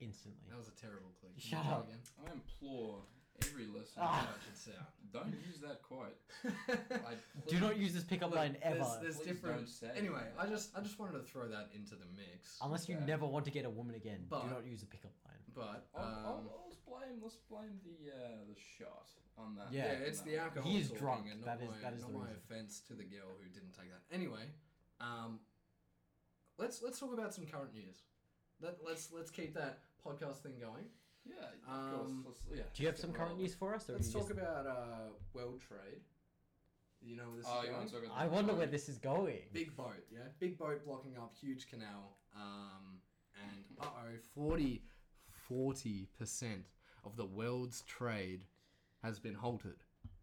S3: instantly.
S1: That was a terrible clip. Can you
S3: Shut
S1: try
S3: up.
S1: Again?
S2: I implore every listener.
S3: Ah.
S1: Touch its
S2: Don't use that quote.
S1: [laughs] out.
S2: I
S3: Do not use this pickup
S1: Look,
S3: line ever.
S1: There's, there's
S2: Please
S1: different.
S2: don't say
S1: Anyway,
S2: that.
S1: I just I just wanted to throw that into the mix.
S3: Unless you
S2: Yeah.
S3: never want to get a woman again,
S1: But-
S3: do not use a pickup line.
S1: But
S2: I'll,
S1: um,
S2: I'll, let's blame let's blame the uh, the shot on that.
S1: yeah,
S3: Yeah.
S1: it's
S2: on
S1: the
S2: that.
S1: alcohol.
S3: He is
S1: talking
S3: drunk.
S1: And not
S3: That is-
S1: my,
S3: that is
S1: not
S3: the
S1: my
S3: reason.
S1: offense to the girl who didn't take that. Anyway, um, let's let's talk about some current news. Let, let's let's keep that podcast thing going.
S2: Yeah, of course.
S1: Um,
S2: Let's, yeah,
S3: Do you have
S2: let's
S3: some
S2: get
S3: current
S2: rolling.
S3: news for us? Or
S1: Let's
S3: you
S1: talk
S3: just...
S1: about uh, world trade. You know where this
S2: Oh,
S1: is
S2: you
S1: going?
S2: want to talk about?
S3: I
S2: the
S3: wonder
S2: current-
S3: where this is going.
S1: Big boat, yeah. Big boat blocking up huge canal. Um, and uh oh, 40 percent of the world's trade has been halted.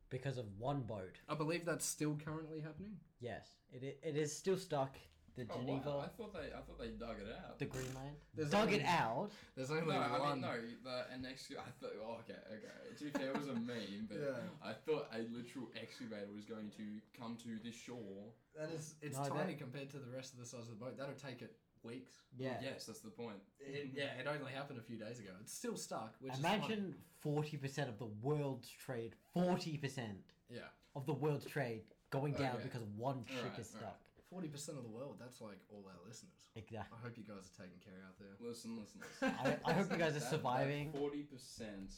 S3: Because of one boat.
S1: I believe that's still currently happening.
S3: Yes, it, i- it is still stuck. The
S2: Oh,
S3: Geneva,
S2: wow. I thought they I thought they dug it out.
S3: the Greenland.
S1: There's
S3: Dug
S1: only-
S3: it out.
S1: There's only
S2: no,
S1: one.
S2: I mean no. The, an excavator. I thought. Oh, okay, okay. To be fair, it
S3: [laughs]
S2: was a meme, but
S1: Yeah.
S2: I thought a literal excavator was going to come to the shore.
S1: That is, it's
S3: No,
S1: tiny compared to the rest of the size of the boat. That'll take it weeks.
S3: Yeah.
S2: Yes, that's the point.
S1: [laughs] It- yeah, it only happened a few days ago. It's still stuck, which is funny.
S3: Imagine forty percent of the world's trade. Forty percent
S1: Yeah, Oh,
S3: of the world's trade going down
S2: Okay.
S3: because one ship
S2: Alright,
S3: is stuck.
S2: alright.
S1: forty percent of the world. That's like all our listeners.
S3: Exactly.
S1: I hope you guys are taking care out there.
S2: Listen, listen, listen.
S3: I, I hope you guys are surviving.
S2: Forty percent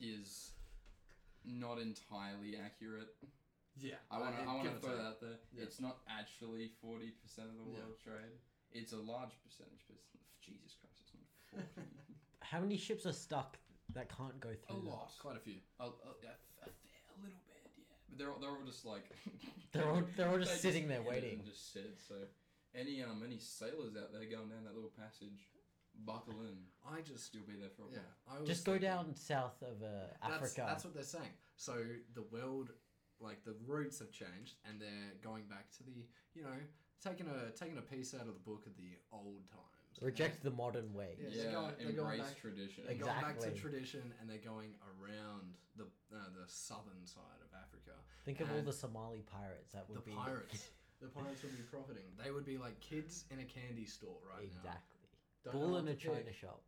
S2: is not entirely accurate.
S1: Yeah,
S2: I want to. I want
S1: give
S2: to
S1: or
S2: throw
S1: take.
S2: that there.
S1: Yeah.
S2: It's not actually forty percent of the
S1: Yeah.
S2: world trade. It's a large percentage. But it's, Jesus Christ, it's not
S1: [laughs]
S2: forty.
S3: How many ships are stuck that can't go
S2: a
S3: through? them?
S2: lot.
S1: Quite a few.
S2: A, a, a, f- a fair little bit, yeah. But they're all, they're all just like.
S3: They're all- they're all just
S2: they
S3: sitting there
S2: eat it
S3: waiting.
S2: And just sit. So Any um any sailors out there going down that little passage, buckle in.
S1: I just
S2: You'll be there for a
S1: yeah.
S2: while.
S1: I was
S3: Just go
S1: thinking-
S3: down south of uh, Africa.
S1: That's, that's what they're saying. So the world, like the roots have changed, and they're going back to the you know taking a taking a piece out of the book of the old times.
S3: Reject the modern way.
S1: Yeah,
S2: Yeah,
S1: they're going- they're going
S2: embrace
S1: back-
S2: tradition.
S1: They're going back to
S3: Exactly.
S1: tradition, and they're going around the uh, the southern side of Africa.
S3: Think of all
S1: And
S3: the Somali pirates that would
S1: the
S3: be. [laughs]
S1: pirates, the pirates would be profiting. They would be like kids in a candy store right now.
S3: exactly.
S1: Don't know
S3: Bull
S1: what
S3: in
S1: to
S3: a china
S1: pick.
S3: shop.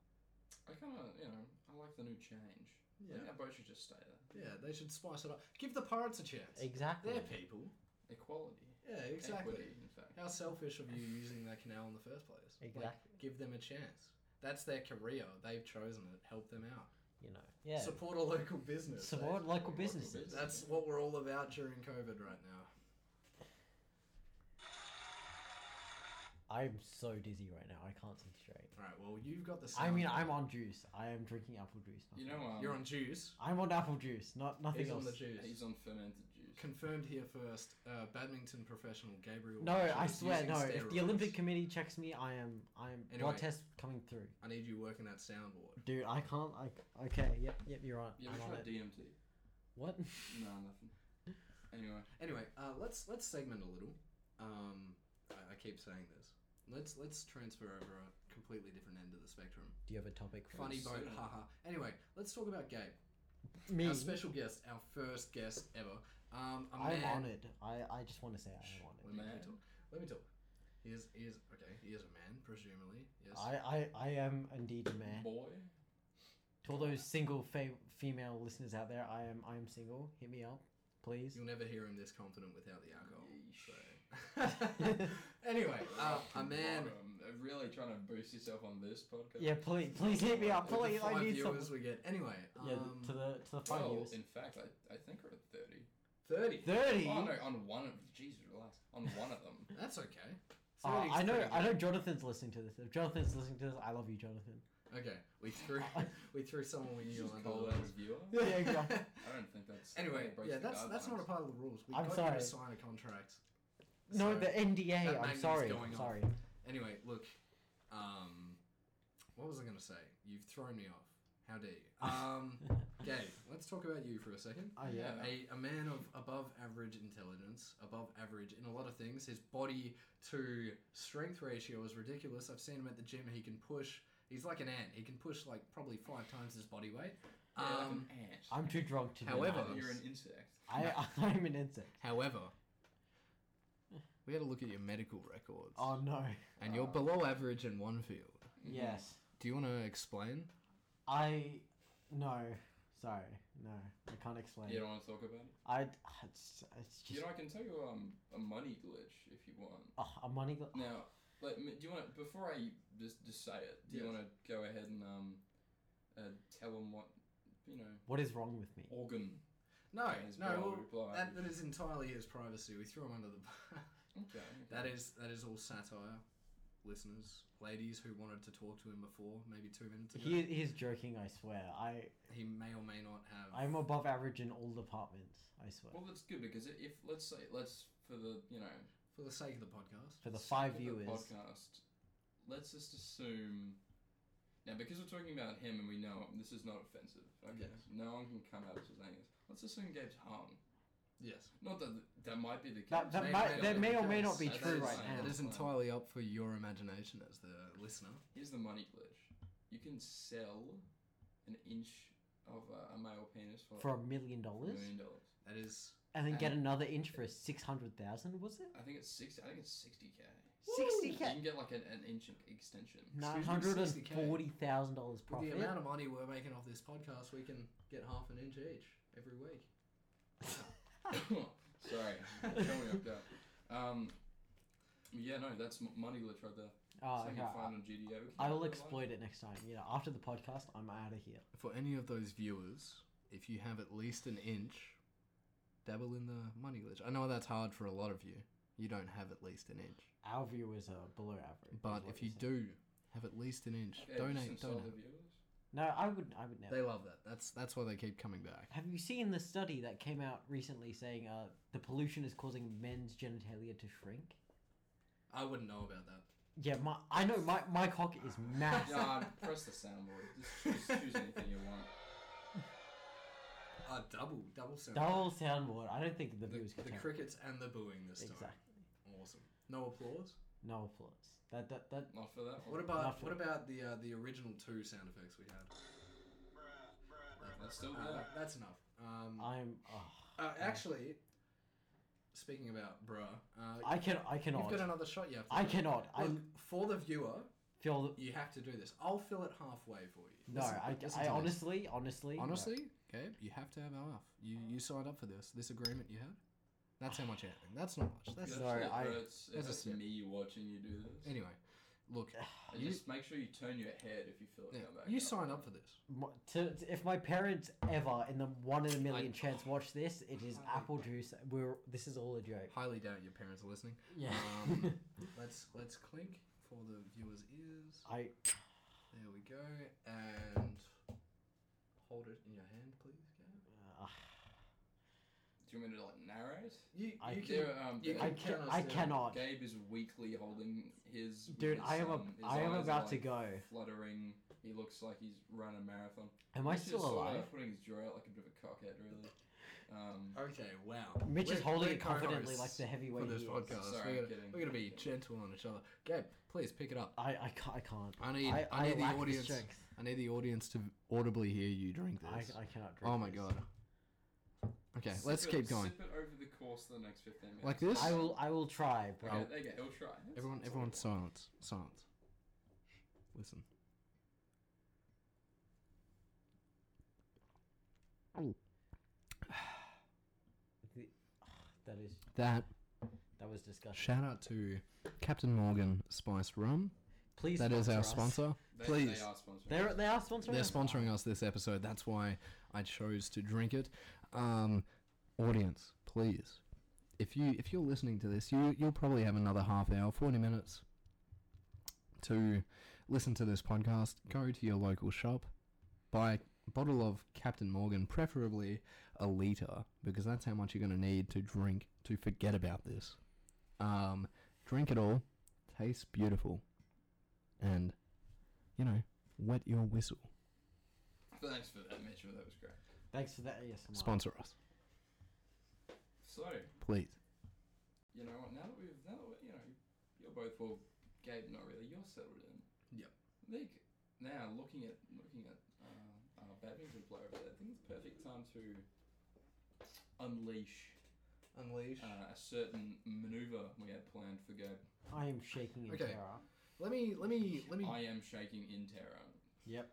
S2: I kind of you know I like the new change. I think
S1: Yeah,
S2: our boat should just stay there.
S1: yeah. They should spice it up. Give the pirates a chance.
S3: Exactly.
S1: They're people.
S2: Equality.
S1: Yeah, exactly.
S2: Equity, in fact.
S1: How selfish of you using that canal in the first place. Like,
S3: Exactly.
S1: give them a chance. That's their career. They've chosen it. Help them out.
S3: you know. Yeah.
S1: Support a local business.
S3: Support local
S2: Local
S3: businesses.
S2: business.
S1: That's what we're all about during COVID right now.
S3: I'm so dizzy right now. I can't think straight.
S1: All right. Well, you've got the.
S3: I mean,
S1: sound.
S3: I'm on juice. I am drinking apple juice.
S2: You
S3: nothing
S2: know
S3: else.
S2: um,
S1: You're on juice.
S3: I'm on apple juice. Not nothing
S1: He's on
S3: else.
S1: the juice.
S2: He's on fermented juice.
S1: Confirmed here first. Uh, badminton professional Gabriel.
S3: No,
S1: Bishop
S3: I
S1: is
S3: swear,
S1: using
S3: no. If the
S1: steroids.
S3: Olympic Committee checks me, I am, I am
S1: Anyway.
S3: blood test coming through.
S1: I need you working that soundboard.
S3: Dude, I can't. I okay. Yep, yep. You're right.
S2: Yeah,
S3: I'm
S2: we
S3: on
S2: tried
S3: it.
S2: DMT.
S3: What?
S2: No, nothing. Anyway,
S1: Anyway, uh, let's let's segment a little. Um, I, I keep saying this. Let's let's transfer over a completely different end of the spectrum.
S3: Do you have a topic for
S1: Funny
S2: Yes.
S1: boat, haha. Anyway, let's talk about Gabe.
S3: me?
S1: Our special guest, our first guest ever. Um, a
S3: I'm
S1: man.
S3: honored. I, I just want to say
S1: Shh,
S3: I'm honored.
S1: Let me, let me
S2: Man.
S1: talk. Let me talk. He is, he is okay. He is a man, presumably. Yes.
S3: I, I, I am indeed a man.
S2: boy.
S3: To all those single fa- female listeners out there, I am I am single. Hit me up, please.
S1: You'll never hear him this confident without the alcohol.
S3: Yeesh.
S1: So. [laughs]
S3: [laughs]
S1: anyway, uh, a man.
S2: Bottom. Uh, Really trying to boost yourself on this podcast.
S3: Yeah, please, please hit me up,
S1: with the
S3: please. I
S1: five
S3: need some.
S1: viewers we get. Anyway, um,
S3: Yeah, to the to the five
S2: Well,
S3: viewers.
S2: in fact, I, I think we're at thirty.
S1: 30.
S3: Thirty.
S2: Oh no, on one of Jesus, relax. On one of them.
S1: That's okay.
S3: Uh,
S1: 30's
S3: I know,
S1: pretty
S3: I know.
S1: good.
S3: Jonathan's listening to this. If Jonathan's listening to this, I love you, Jonathan.
S1: Okay, we threw [laughs] we threw [laughs] someone we
S2: You
S1: knew
S2: just
S1: on
S2: call that a viewer?
S3: Yeah,
S1: [laughs]
S3: exactly.
S2: I don't think that's.
S1: Anyway,
S2: that breaks
S1: yeah,
S2: the
S1: that's that's not a
S2: guidelines.
S1: part of the rules. We
S3: I'm
S1: got you
S3: sorry.
S1: to sign a contract. So,
S3: No, the
S1: that
S3: NDA. I'm
S1: magnum's
S3: sorry.
S1: going
S3: I'm
S1: off. [laughs]
S3: sorry.
S1: anyway, look, um, what was I going to say? You've thrown me off. How dare
S3: [laughs]
S1: you? Um, Gabe, let's talk about you for a second.
S3: Oh yeah.
S2: Yeah.
S1: A, a man of above average intelligence, above average in a lot of things. His body to strength ratio is ridiculous. I've seen him at the gym. He can push. He's like an ant. He can push like probably five times his body weight.
S2: Yeah, like
S1: Um,
S2: an ant.
S3: I'm too drunk to. do
S1: However-
S3: that.
S2: You're an insect.
S3: I [laughs] I'm an insect.
S1: however, we had a look at your medical records,
S3: Oh no.
S1: and you're
S2: uh,
S1: below average in one field.
S3: Yes.
S1: Do you want to explain?
S3: I no. Sorry. No. I can't explain.
S2: You don't want to talk about it.
S3: I it's, it's just
S2: You know, I can tell you um a money glitch if you want.
S3: oh, a money. Gl-
S2: Now, let me, do you want to, before I just, just say it, do you
S1: Yes.
S2: want to go ahead and um, uh, tell them what, you know,
S3: what is wrong with me?
S2: organ
S1: No,
S2: is
S1: no.
S2: below
S1: well,
S2: reply?
S1: That, that is entirely his privacy. We threw him under the bus.
S2: Okay.
S1: [laughs] that is that is all satire, listeners, ladies who wanted to talk to him before, maybe two minutes ago.
S3: He he's joking. I swear. I
S1: He may or may not have.
S3: I'm above average in all departments. I swear.
S2: Well, that's good because i- if, let's say, let's, for the, you know,
S1: for the sake of the podcast.
S3: For the
S2: sake
S3: five
S2: of the
S3: viewers.
S2: podcast, let's just assume. Now, because we're talking about him and we know him, this is not offensive. Okay.
S1: Yes.
S2: No one can come at us with anything. Let's assume Gabe's hung.
S1: Yes,
S2: Not that that might be the case.
S3: That- that might- that may or may not be
S2: That is-
S3: true
S1: is,
S3: right
S2: that
S3: now.
S1: It is
S2: fine.
S1: entirely up for your imagination as the listener.
S2: Here's the money glitch. You can sell an inch of uh, a male penis for,
S3: for a million dollars,
S2: million dollars.
S1: That is
S3: and then get
S2: and-
S3: another inch for six hundred thousand. Was it
S2: I think it's sixty. I think it's sixty k.
S3: sixty
S2: You can
S3: k?
S2: get like an, an inch extension.
S3: Nine hundred and
S1: 60K.
S3: forty thousand dollars
S1: with
S3: profit.
S1: the amount of money we're making off this podcast. We can get half an inch each every week.
S3: [laughs]
S2: [laughs] [coughs] Sorry, showing up there. Um, yeah, no, that's m- money glitch right there.
S3: oh,
S2: Something
S3: okay.
S2: you
S3: I-
S2: find on GDO. We can
S3: I will
S2: go live.
S3: exploit it next time. You know, after the podcast, I'm out of here.
S1: For any of those viewers, if you have at least an inch, dabble in the money glitch. I know that's hard for a lot of you. You don't have at least an inch.
S3: Our viewers are below average. is
S1: But
S3: what
S1: if you
S3: said.
S1: do have at least an inch,
S2: Okay, just
S1: donate,
S2: insult
S1: donate.
S2: the viewers.
S3: no, I would, I would never.
S1: They love that. That's that's why they keep coming back.
S3: Have you seen the study that came out recently saying uh, the pollution is causing men's genitalia to shrink?
S1: I wouldn't know about that.
S3: Yeah, my I know my my cock is massive.
S2: Nah, press the soundboard. Just choose, choose anything you want.
S1: Uh, double, double sound.
S3: Double soundboard. I don't think the
S1: The,
S3: booze
S1: the
S3: could count.
S1: crickets and the booing this time.
S3: Exactly.
S1: Awesome. No applause.
S3: No applause. That that that.
S2: Not for that
S1: What
S2: one.
S1: about
S3: Nothing.
S1: what about the uh, the original two sound effects we had?
S2: That's still
S1: Uh,
S2: there.
S1: that's enough. Um,
S3: I'm. Oh,
S1: uh, actually, speaking about bruh, uh,
S3: I can. I cannot.
S1: you've got another shot. You have to.
S3: I
S1: do.
S3: cannot. I
S1: Look, for the viewer,
S3: feel. th-
S1: you have to do this. I'll fill it halfway for you.
S3: No,
S1: Listen-
S3: I,
S1: listen
S3: I
S1: to this.
S3: honestly, honestly, no.
S1: Honestly, Gabe, you have to have half. You you signed up for this. This agreement you had. That's how
S3: [sighs]
S1: much anything. That's not much. That's
S3: Yeah. Sorry,
S2: It
S3: I-
S2: hurts. It
S1: That's a
S2: hurts
S1: snip.
S2: me watching you do this.
S1: anyway. Look,
S2: And
S1: you-
S2: just make sure you turn your head if you feel it
S1: yeah,
S2: come back.
S1: you
S2: up.
S1: signed up for this.
S3: My- to, to- if my parents ever in the one in a million chance watch this, it is
S1: I-
S3: apple juice. We're this is all a joke.
S1: Highly doubt your parents are listening.
S3: Yeah.
S1: Um, let's let's clink for the viewers' ears.
S3: [laughs] I
S1: There we go, and hold it in your hand, please. Gabe.
S3: uh,
S2: Do you want me to like narrate?
S1: You
S3: I-
S1: you can.
S2: There, um,
S1: you
S2: Gabe-
S3: I
S1: can
S3: can
S1: count us
S3: I
S1: down.
S3: cannot.
S2: Gabe is weakly holding his. with
S3: Dude,
S2: his,
S3: I am a,
S2: um, his
S3: I am
S2: eyes are,
S3: about to
S2: like,
S3: go.
S2: Fluttering. He looks like he's run a marathon.
S3: Am I
S2: He's just
S1: uh,
S3: still
S2: sort of
S3: alive? Oh,
S2: Putting his jaw out like a bit of a cockhead, really. Um,
S1: Okay, wow.
S3: Mitch is
S1: We're-
S3: holding
S1: we're
S3: it confidently like
S1: co-hosts
S3: the
S1: for
S3: heavyweight.
S1: this
S3: he is.
S1: podcast.
S2: Sorry, I'm
S1: we're, gonna,
S2: kidding.
S1: we're gonna be gentle on each other. Gabe, please pick it up.
S3: I I can't. I can't.
S1: I need
S3: I,
S1: I,
S3: I,
S1: need the
S3: lack the
S1: audience.
S3: strength.
S1: I need the audience to audibly hear you drink
S3: I,
S1: this.
S3: I cannot drink.
S1: oh my
S3: this.
S1: god. Okay,
S2: sip
S1: let's
S2: it-
S1: keep going.
S2: Sip it over the course of the next 15 minutes.
S1: Like this?
S3: I will. I will try, but
S2: Okay, there you go. He'll try. That's-
S1: Everyone,
S2: that's all
S1: everyone,
S2: I want.
S1: silence, silence. Listen.
S3: that is
S1: That
S3: that was disgusting.
S1: shout out to Captain Morgan Spiced Rum.
S3: Please.
S1: That is our
S3: us.
S1: sponsor.
S2: They,
S1: Please.
S2: They are sponsoring.
S3: They're they are sponsoring.
S1: They're
S3: us.
S1: sponsoring us this episode. That's why I chose to drink it. Um, audience, please, if you if you're listening to this, you you'll probably have another half hour, forty minutes, to listen to this podcast. Go to your local shop, buy a bottle of Captain Morgan, preferably a liter, because that's how much you're going to need to drink to forget about this. Um, drink it all. Tastes beautiful, and you know, wet your whistle.
S2: Thanks for that, Mitchell. That was great.
S3: Thanks for that. Yes. I'm on.
S1: Sponsor us,
S2: So,
S1: please.
S2: you know what? Now that we've, now that we, you know, you're both well, Gabe, not really. You're settled in.
S1: Yep.
S2: I think now looking at looking at uh, our badminton player over there, I think it's a perfect time to unleash
S1: Unleash.
S2: uh, a certain maneuver we had planned for Gabe.
S3: I am shaking in
S1: Okay.
S3: terror.
S1: let me, let me, let me.
S2: I am shaking in terror.
S3: Yep.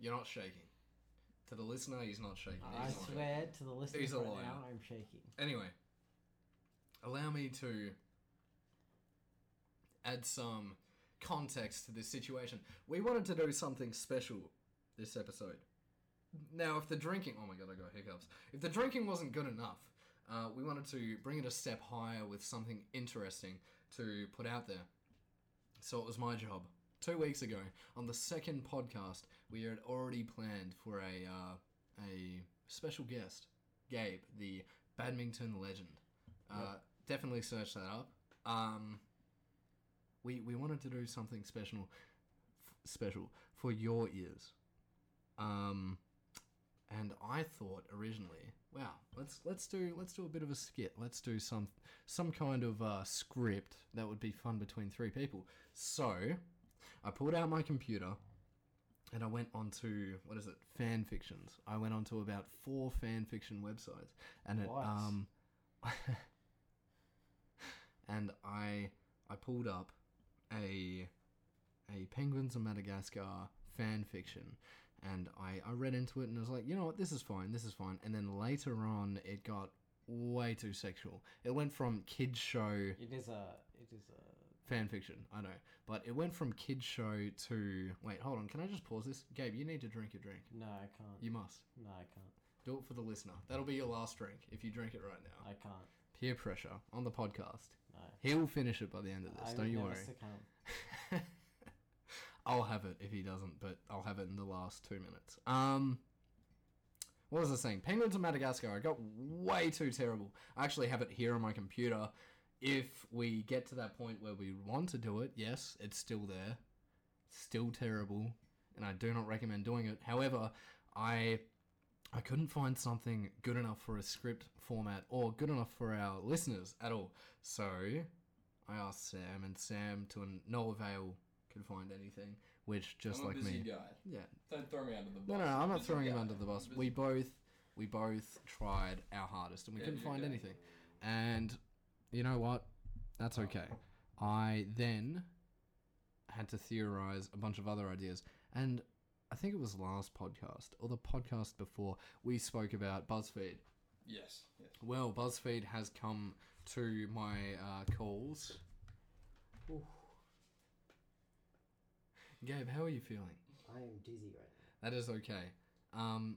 S1: You're not shaking. To the listener, he's not shaking.
S3: I
S1: He's not.
S3: swear to the listeners
S1: He's a
S3: right
S1: liar.
S3: now, I'm shaking.
S1: Anyway, allow me to add some context to this situation. We wanted to do something special this episode. Now, if the drinking, oh my god, I got hiccups. If the drinking wasn't good enough, uh, we wanted to bring it a step higher with something interesting to put out there. So it was my job. Two weeks ago, on the second podcast, we had already planned for a uh, a special guest, Gabe, the badminton legend. Uh, Definitely search that up. Um, we we wanted to do something special, f- special for your ears. Um, and I thought originally, wow, let's let's do let's do a bit of a skit. Let's do some some kind of uh, script that would be fun between three people. So I pulled out my computer and I went onto what is it? Fan fictions. I went onto about four fan fiction websites, and it
S3: What?
S1: um, [laughs] and I I pulled up a a Penguins of Madagascar fan fiction. And I, I read into it and I was like, you know what, this is fine, this is fine. And then later on, it got way too sexual. It went from kids show
S3: It is a. It is a.
S1: fan fiction, I know, but it went from kids show to wait, hold on, can I just pause this? Gabe, you need to drink your drink.
S3: No, I can't.
S1: You must
S3: No, I can't.
S1: do it for the listener. That'll be your last drink if you drink it right now.
S3: I can't.
S1: Peer pressure on the podcast.
S3: No.
S1: He'll finish it by the end of this.
S3: I
S1: don't
S3: would
S1: you
S3: never
S1: worry.
S3: Succumb.
S1: [laughs] I'll have it if he doesn't, but I'll have it in the last two minutes. Um, what was I saying? Penguins of Madagascar. I got way too terrible. I actually have it here on my computer. if we get to that point where we want to do it, yes, it's still there, still terrible, and I do not recommend doing it. However, I I couldn't find something good enough for a script format or good enough for our listeners at all. So I asked Sam, and Sam, to an- no avail, could find anything. Which just
S2: I'm a
S1: like
S2: busy
S1: me,
S2: guy.
S1: yeah,
S2: Don't throw me under the bus.
S1: no, no, no, I'm not
S2: busy
S1: throwing him
S2: guy.
S1: under the bus.
S2: I'm
S1: We
S2: busy.
S1: both we both tried our hardest and we
S2: Yeah,
S1: couldn't
S2: you're
S1: find
S2: good.
S1: anything. And you know what? That's
S2: Oh.
S1: okay. I then had to theorize a bunch of other ideas and I think it was last podcast or the podcast before we spoke about BuzzFeed.
S2: Yes. yes.
S1: Well, BuzzFeed has come to my uh, calls. Gabe, how are you feeling?
S3: I am dizzy right now.
S1: That is okay. Um,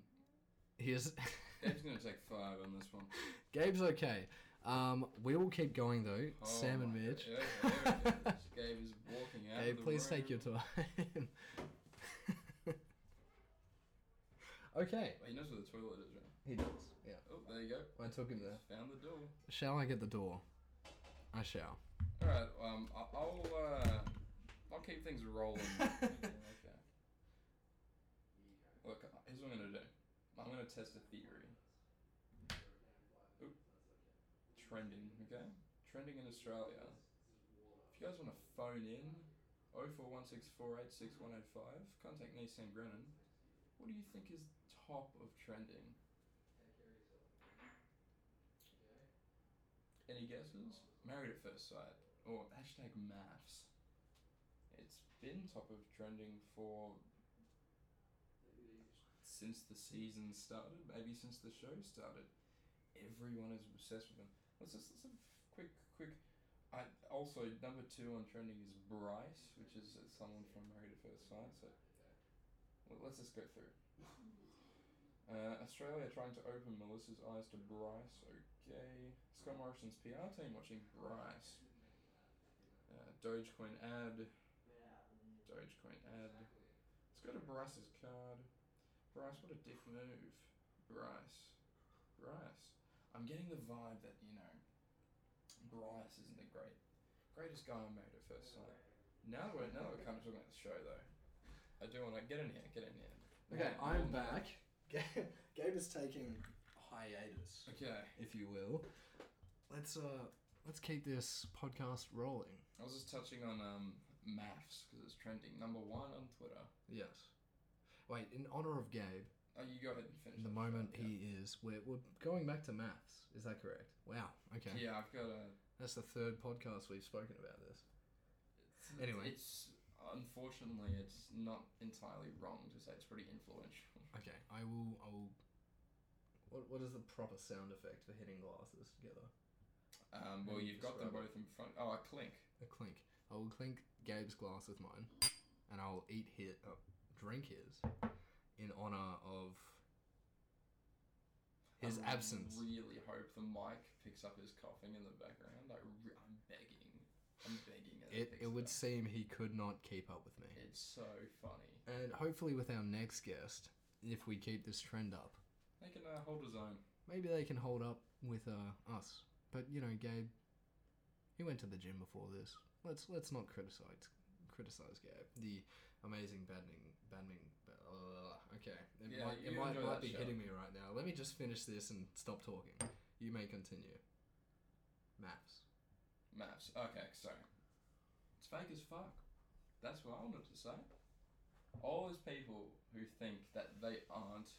S1: here's [laughs]
S2: Gabe's gonna take five on this one.
S1: Gabe's okay. Um, we will keep going though.
S2: Oh
S1: Sam and
S2: my God.
S1: Mitch.
S2: Yeah, there it goes. Gabe is walking
S1: [laughs]
S2: out.
S1: Gabe,
S2: of the
S1: please
S2: room.
S1: take your time. [laughs] okay.
S2: Well, he knows where the toilet is, right?
S1: He does. Yeah.
S2: Oh, there you go.
S1: I took him there.
S2: He's Found the door.
S1: Shall I get the door? I shall.
S2: All right. Um, I- I'll uh, I'll keep things rolling. okay. Look, here's what I'm gonna do. I'm gonna test a theory. Oop. Trending, okay? Trending in Australia. If you guys want to phone in, 0416486185, contact me, Sam Brennan. What do you think is top of trending? Any guesses? Married at First Sight or Oh, hashtag maths. It's been top of trending for since the season started, maybe since the show started. Everyone is obsessed with them. Let's just let's have a quick quick. I also number two on trending is Bryce, which is uh, someone from Married at First Sight. So well, let's just go through. Uh, Australia trying to open Melissa's eyes to Bryce. Okay. Scott Morrison's PR team watching Bryce. Uh, Dogecoin ad. Dogecoin ad. Let's go to Bryce's card. Bryce, what a dick move. Bryce. Bryce. I'm getting the vibe that, you know, Bryce isn't the great, greatest guy I made at first sight. Now that we're, now that we're kind of talking about the show, though, I do want to get in here, get in here. More- more-
S1: Gabe is taking hiatus,
S2: Okay.
S1: if you will. Let's uh, let's keep this podcast rolling.
S2: I was just touching on um, maths because it's trending. Number one on Twitter.
S1: Yes. Wait, in honor of Gabe.
S2: Oh, you go ahead and finish.
S1: In the
S2: that
S1: moment
S2: thought,
S1: he is, we're, we're going back to maths. Is that correct? Wow. Okay.
S2: Yeah. yeah, I've got a.
S1: That's the third podcast we've spoken about this.
S2: it's-
S1: Anyway.
S2: It's unfortunately it's not entirely wrong to say it's pretty influential. [laughs]
S1: Okay. I will. I will. What What is the proper sound effect for hitting glasses together?
S2: Um, well,
S1: Maybe
S2: you've got them
S1: describe
S2: both in front. Oh, a clink.
S1: A clink. I will clink Gabe's glass with mine, and I'll eat his, uh, drink his, in honor of his
S2: I
S1: absence.
S2: Really hope the mic picks up his coughing in the background. I re- I'm begging. I'm begging. that
S1: It
S2: picks
S1: It would
S2: up.
S1: seem he could not keep up with me.
S2: It's so funny.
S1: And hopefully, with our next guest, if we keep this trend up,
S2: They can uh, hold his own.
S1: Maybe they can hold up with uh, us. But you know, Gabe, he went to the gym before this. Let's let's not criticize criticize Gabe. The amazing badminton badminton. Uh, okay, it
S2: Yeah,
S1: might, it
S2: you
S1: might,
S2: enjoy
S1: might
S2: that
S1: be
S2: show.
S1: hitting me right now. Let me just finish this and stop talking. You may continue. Maps.
S2: Maps. Okay, so it's fake as fuck. That's what I wanted to say. All those people who think that they aren't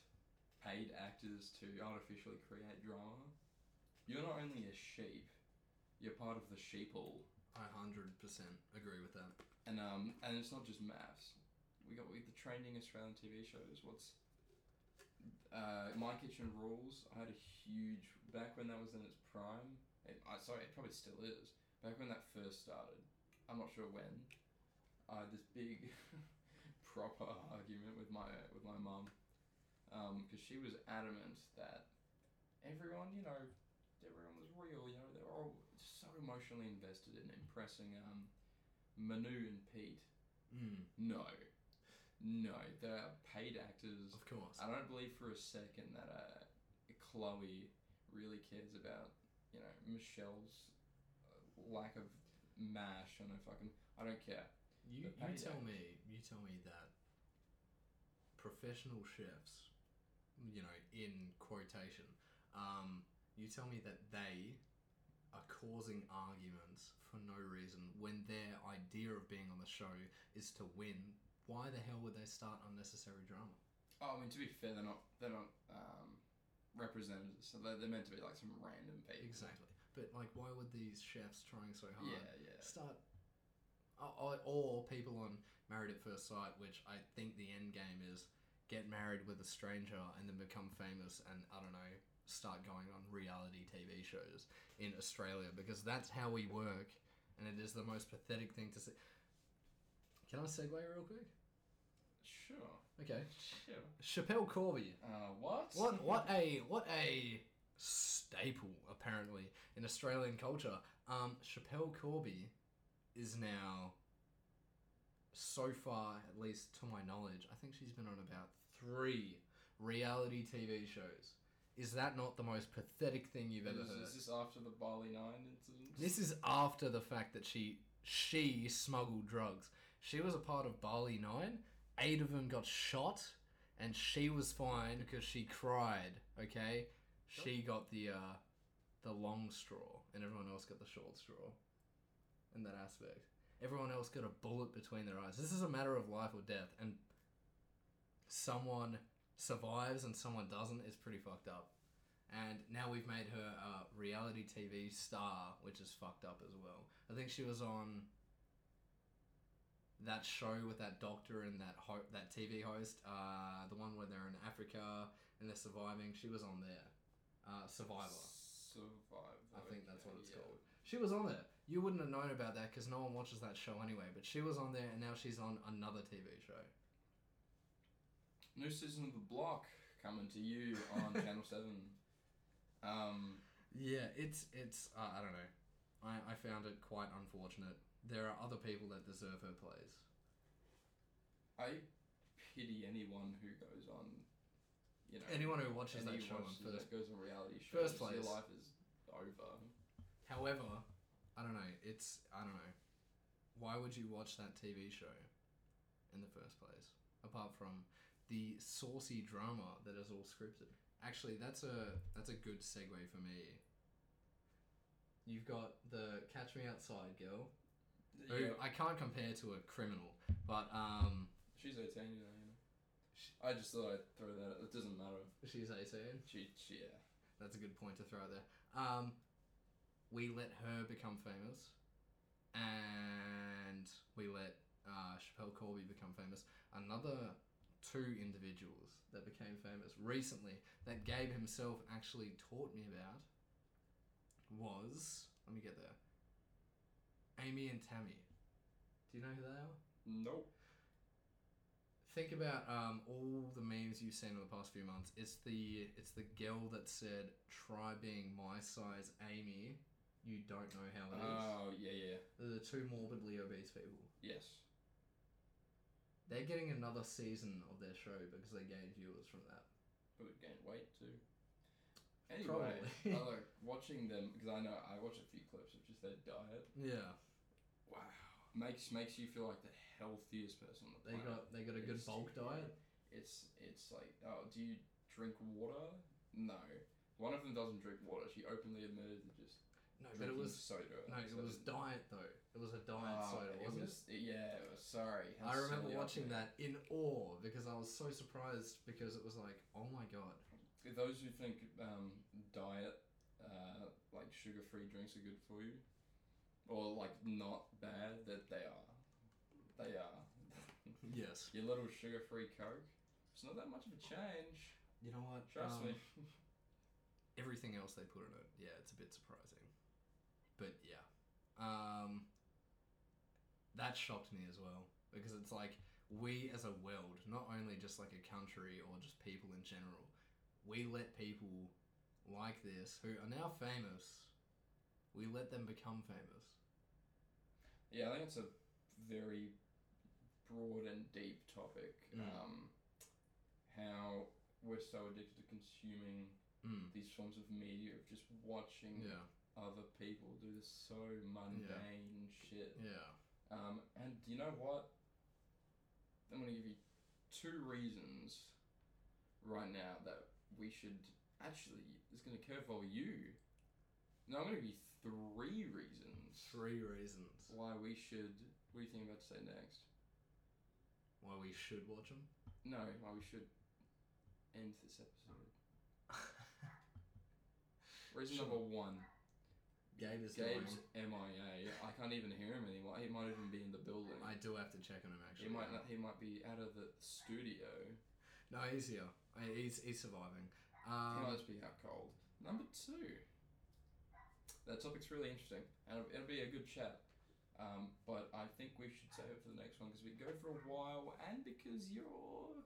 S2: paid actors to artificially create drama, you're not only a sheep, you're part of the sheeple.
S1: I hundred percent agree with that.
S2: And um, and it's not just maths. We got we, the trending Australian TV shows. What's uh, My Kitchen Rules? I had a huge back when that was in its prime. It, I sorry, it probably still is. Back when that first started, I'm not sure when. I had this big [laughs] proper argument with my with my mum because she was adamant that everyone, you know, everyone was real. You know, they were all so emotionally invested in impressing um, Manu and Pete.
S1: Mm,
S2: No. No, they are paid actors.
S1: of course.
S2: I don't believe for a second that uh, Chloe really cares about, you know, Michelle's uh, lack of mash and a fucking I don't care.
S1: You,
S2: But
S1: you
S2: payday.
S1: tell me, you tell me that professional chefs, you know, in quotation, um, you tell me that they are causing arguments for no reason when their idea of being on the show is to win. Why the hell would they start unnecessary drama?
S2: Oh, I mean to be fair, they're not they're not um, representatives, so they're, they're meant to be like some random people.
S1: Exactly. But like, why would these chefs trying so hard
S2: Yeah, yeah.
S1: start or, or people on married at first sight which i think the end game is get married with a stranger and then become famous and i don't know start going on reality tv shows in australia because that's how we work and it is the most pathetic thing to see can i segue real quick
S2: Sure.
S1: okay
S2: Sure.
S1: chappelle corby
S2: Uh, what?
S1: what
S2: [laughs]
S1: what a what a staple apparently in Australian culture. Um, Chappelle Corby is now, so far at least to my knowledge, I think she's been on about three reality TV shows. Is that not the most pathetic thing you've ever
S2: Is,
S1: heard?
S2: is this after the Bali Nine incident?
S1: This is after the fact that she she smuggled drugs. She was a part of Bali Nine. Eight of them got shot, and she was fine because she cried. Okay, she got the uh, the long straw, and everyone else got the short straw. In that aspect, everyone else got a bullet between their eyes. This is a matter of life or death, and someone survives and someone doesn't is pretty fucked up and now we've made her a reality TV star, which is fucked up as well. I think she was on that show with that doctor and that ho- that TV host, uh, the one where they're in Africa and they're surviving. She was on there, uh, Survivor.
S2: Survivor.
S1: I think that's
S2: okay,
S1: what it's
S2: yeah.
S1: called. She was on there. You wouldn't have known about that because no one watches that show anyway. But she was on there, and now she's on another TV show.
S2: New season of The Block coming to you
S1: [laughs]
S2: on Channel Seven. Um,
S1: Yeah, it's it's uh, I don't know. I, I found it quite unfortunate. There are other people that deserve her place.
S2: I pity anyone who goes on. You know,
S1: Anyone who watches
S2: and
S1: that
S2: he
S1: show
S2: watches
S1: on
S2: it,
S1: first.
S2: goes on reality shows.
S1: first
S2: Your
S1: place.
S2: life is over.
S1: However, I don't know. It's I don't know. Why would you watch that TV show in the first place? Apart from the saucy drama that is all scripted. Actually, that's a that's a good segue for me. You've got the Catch Me Outside girl. Who
S2: Yeah,
S1: I can't compare to a criminal, but um,
S2: she's eighteen. You know, you know. I just thought I'd throw that. out. It doesn't matter.
S1: she's eighteen.
S2: She, she yeah.
S1: That's a good point to throw out there. Um, we let her become famous, and we let uh, Chappelle Corby become famous. Another two individuals that became famous recently that Gabe himself actually taught me about was let me get there. Amy and Tammy. Do you know who they are?
S2: Nope.
S1: Think about um, all the memes you've seen in the past few months. It's the it's the girl that said, "Try being my size, Amy. You don't know how it is."
S2: Oh yeah, yeah.
S1: They're the two morbidly obese people.
S2: Yes.
S1: They're getting another season of their show because they gained viewers from that.
S2: Who would gain weight too. Anyway,
S1: Probably.
S2: I
S1: [laughs]
S2: like watching them because I know I watch a few clips of just their diet.
S1: Yeah,
S2: Wow. Makes makes you feel like the healthiest person on the
S1: they
S2: planet.
S1: got they got a good
S2: It's-
S1: bulk diet.
S2: It's it's like, oh, do you drink water? No. One of them doesn't drink water. She openly admitted to just
S1: No, but it
S2: drinking
S1: was
S2: soda.
S1: no, it
S2: So
S1: was
S2: didn't-
S1: diet though. It was a diet
S2: Ah,
S1: soda, wasn't it?
S2: was, Yeah, it was, sorry. how
S1: I remember
S2: silly of
S1: watching
S2: me.
S1: that in awe because I was so surprised because it was like, oh my god.
S2: For those who think um, diet, uh, like sugar-free drinks are good for you, or like not bad, that they are. They are. [laughs]
S1: Yes.
S2: Your little sugar-free Coke, it's not that much of a change.
S1: You know what?
S2: Trust
S1: Um,
S2: me. [laughs]
S1: everything else they put in it. Yeah, it's a bit surprising. But yeah. Um that shocked me as well because it's like we as a world, not only just like a country or just people in general, we let people like this who are now famous, we let them become famous.
S2: Yeah, I think it's a very broad and deep topic.
S1: Mm.
S2: Um, how we're so addicted to consuming
S1: Mm.
S2: these forms of media, of just watching
S1: Yeah.
S2: other people do so mundane shit.
S1: Yeah.
S2: Um, and you know what? I'm going to give you two reasons right now that we should actually, it's going to curveball you. No, I'm going to give you three reasons
S1: Three reasons
S2: why we should. What do you think I'm about to say next?
S1: why we should watch
S2: [laughs]
S1: them.
S2: No, why we should end this episode. Reason
S1: Sure.
S2: number one
S1: Gabe is
S2: Gabe's
S1: dying.
S2: MIA. I can't even hear him anymore. He might even be in the building.
S1: I do have to check on him
S2: He
S1: actually.
S2: might not, he might be out of the studio.
S1: No, he's here. Uh, He's he's surviving.
S2: He
S1: Um,
S2: might just be out cold. Number two. That topic's really interesting, and it'll, it'll be a good chat. Um, but I think we should save it for the next one because we go for a while, and because you're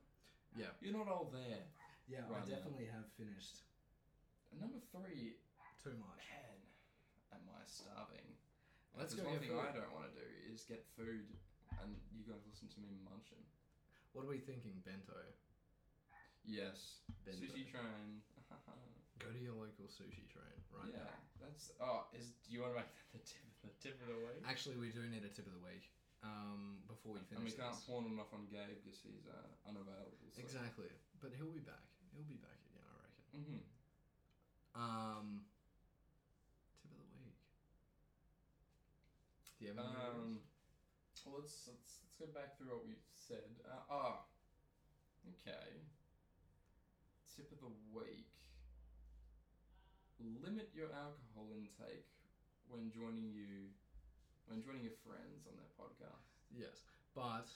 S1: Yeah.
S2: you're not all there.
S1: yeah,
S2: right
S1: I
S2: now.
S1: definitely have finished
S2: And number three,
S1: too much.
S2: man, am I starving?
S1: Let's
S2: Because
S1: go
S2: One
S1: get
S2: thing I
S1: food.
S2: don't want to do is get food, and you guys listen to me munching.
S1: What are we thinking? Bento.
S2: Yes,
S1: Bento.
S2: sushi train. [laughs]
S1: Go to your local sushi train right
S2: yeah,
S1: now.
S2: that's oh. Is do you want to make [laughs] that the tip the tip of the week?
S1: Actually, we do need a tip of the week. Um, before we
S2: and we
S1: finish
S2: can't
S1: this.
S2: pawn enough on Gabe because he's uh, unavailable. So.
S1: Exactly, but he'll be back. He'll be back again, I reckon.
S2: Mm-hmm.
S1: Um, tip of the week. Do you have any
S2: Um,
S1: ideas?
S2: well, let's, let's let's go back through what we said. Uh, ah, okay. Tip of the week: limit your alcohol intake when joining you when joining your friends on their podcast.
S1: Yes, but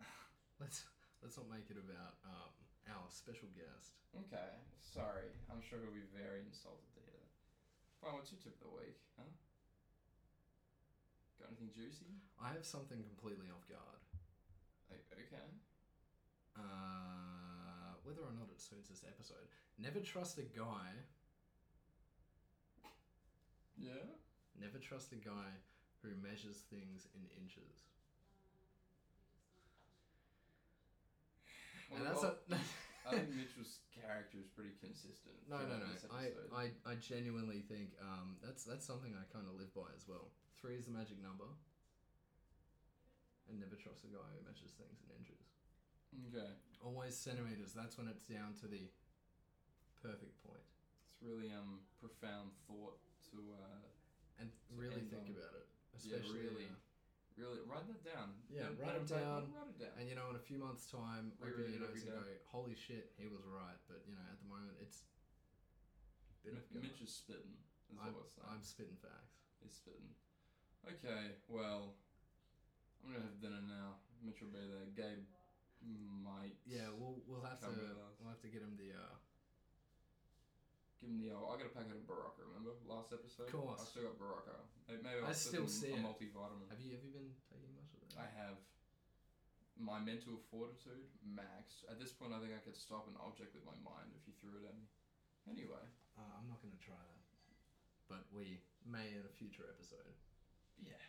S1: [laughs] let's let's not make it about um, our special guest.
S2: Okay, sorry. I'm sure he'll be very insulted to hear that. Fine. What's your tip of the week? Huh? Got anything juicy?
S1: I have something completely off guard.
S2: Like, okay.
S1: Uh, whether or not it suits this episode, never trust a guy.
S2: Yeah.
S1: Never trust a guy who measures things in inches.
S2: Well,
S1: and that's
S2: well,
S1: a. [laughs]
S2: I think Mitchell's character is pretty consistent.
S1: No, no, no.
S2: throughout this episode.
S1: I, I, I genuinely think um, that's that's something I kind of live by as well. Three is the magic number. And never trust a guy who measures things in inches.
S2: Okay,
S1: Always centimeters. That's when it's down to the perfect point.
S2: it's really um profound thought to uh
S1: And
S2: So
S1: really
S2: end
S1: think
S2: on-
S1: about it.
S2: yeah
S1: Especially,
S2: really
S1: uh,
S2: really write that down.
S1: Yeah,
S2: Note-
S1: write it
S2: note-
S1: down.
S2: Write it down.
S1: and you know, in a few months' time, open
S2: Reread
S1: your
S2: it
S1: nose
S2: every
S1: and go, "Holy shit, he was right." But you know, at the moment, it's a bit of
S2: M- Mitch is spitting. Is what we're saying.
S1: I'm spitting facts.
S2: He's spitting. Okay, well, I'm gonna have dinner now. Mitch will be there. Gabe might.
S1: Yeah, we'll we'll have to
S2: Come with us.
S1: we'll have to get him the. Uh,
S2: Give him the. old I got a packet of Barocca. Remember last episode?
S1: Course.
S2: I still got Barocca. Maybe, maybe I'll
S1: I still
S2: slip him
S1: see
S2: a
S1: it.
S2: multivitamin.
S1: have you have you been taking much of that?
S2: I have my mental fortitude maxed. At this point, I think I could stop an object with my mind if you threw it at me. Anyway,
S1: Uh, I'm not going to try that. But we may in a future episode.
S2: yeah,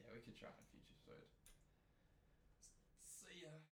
S2: yeah, we could try in a future episode. S- See ya.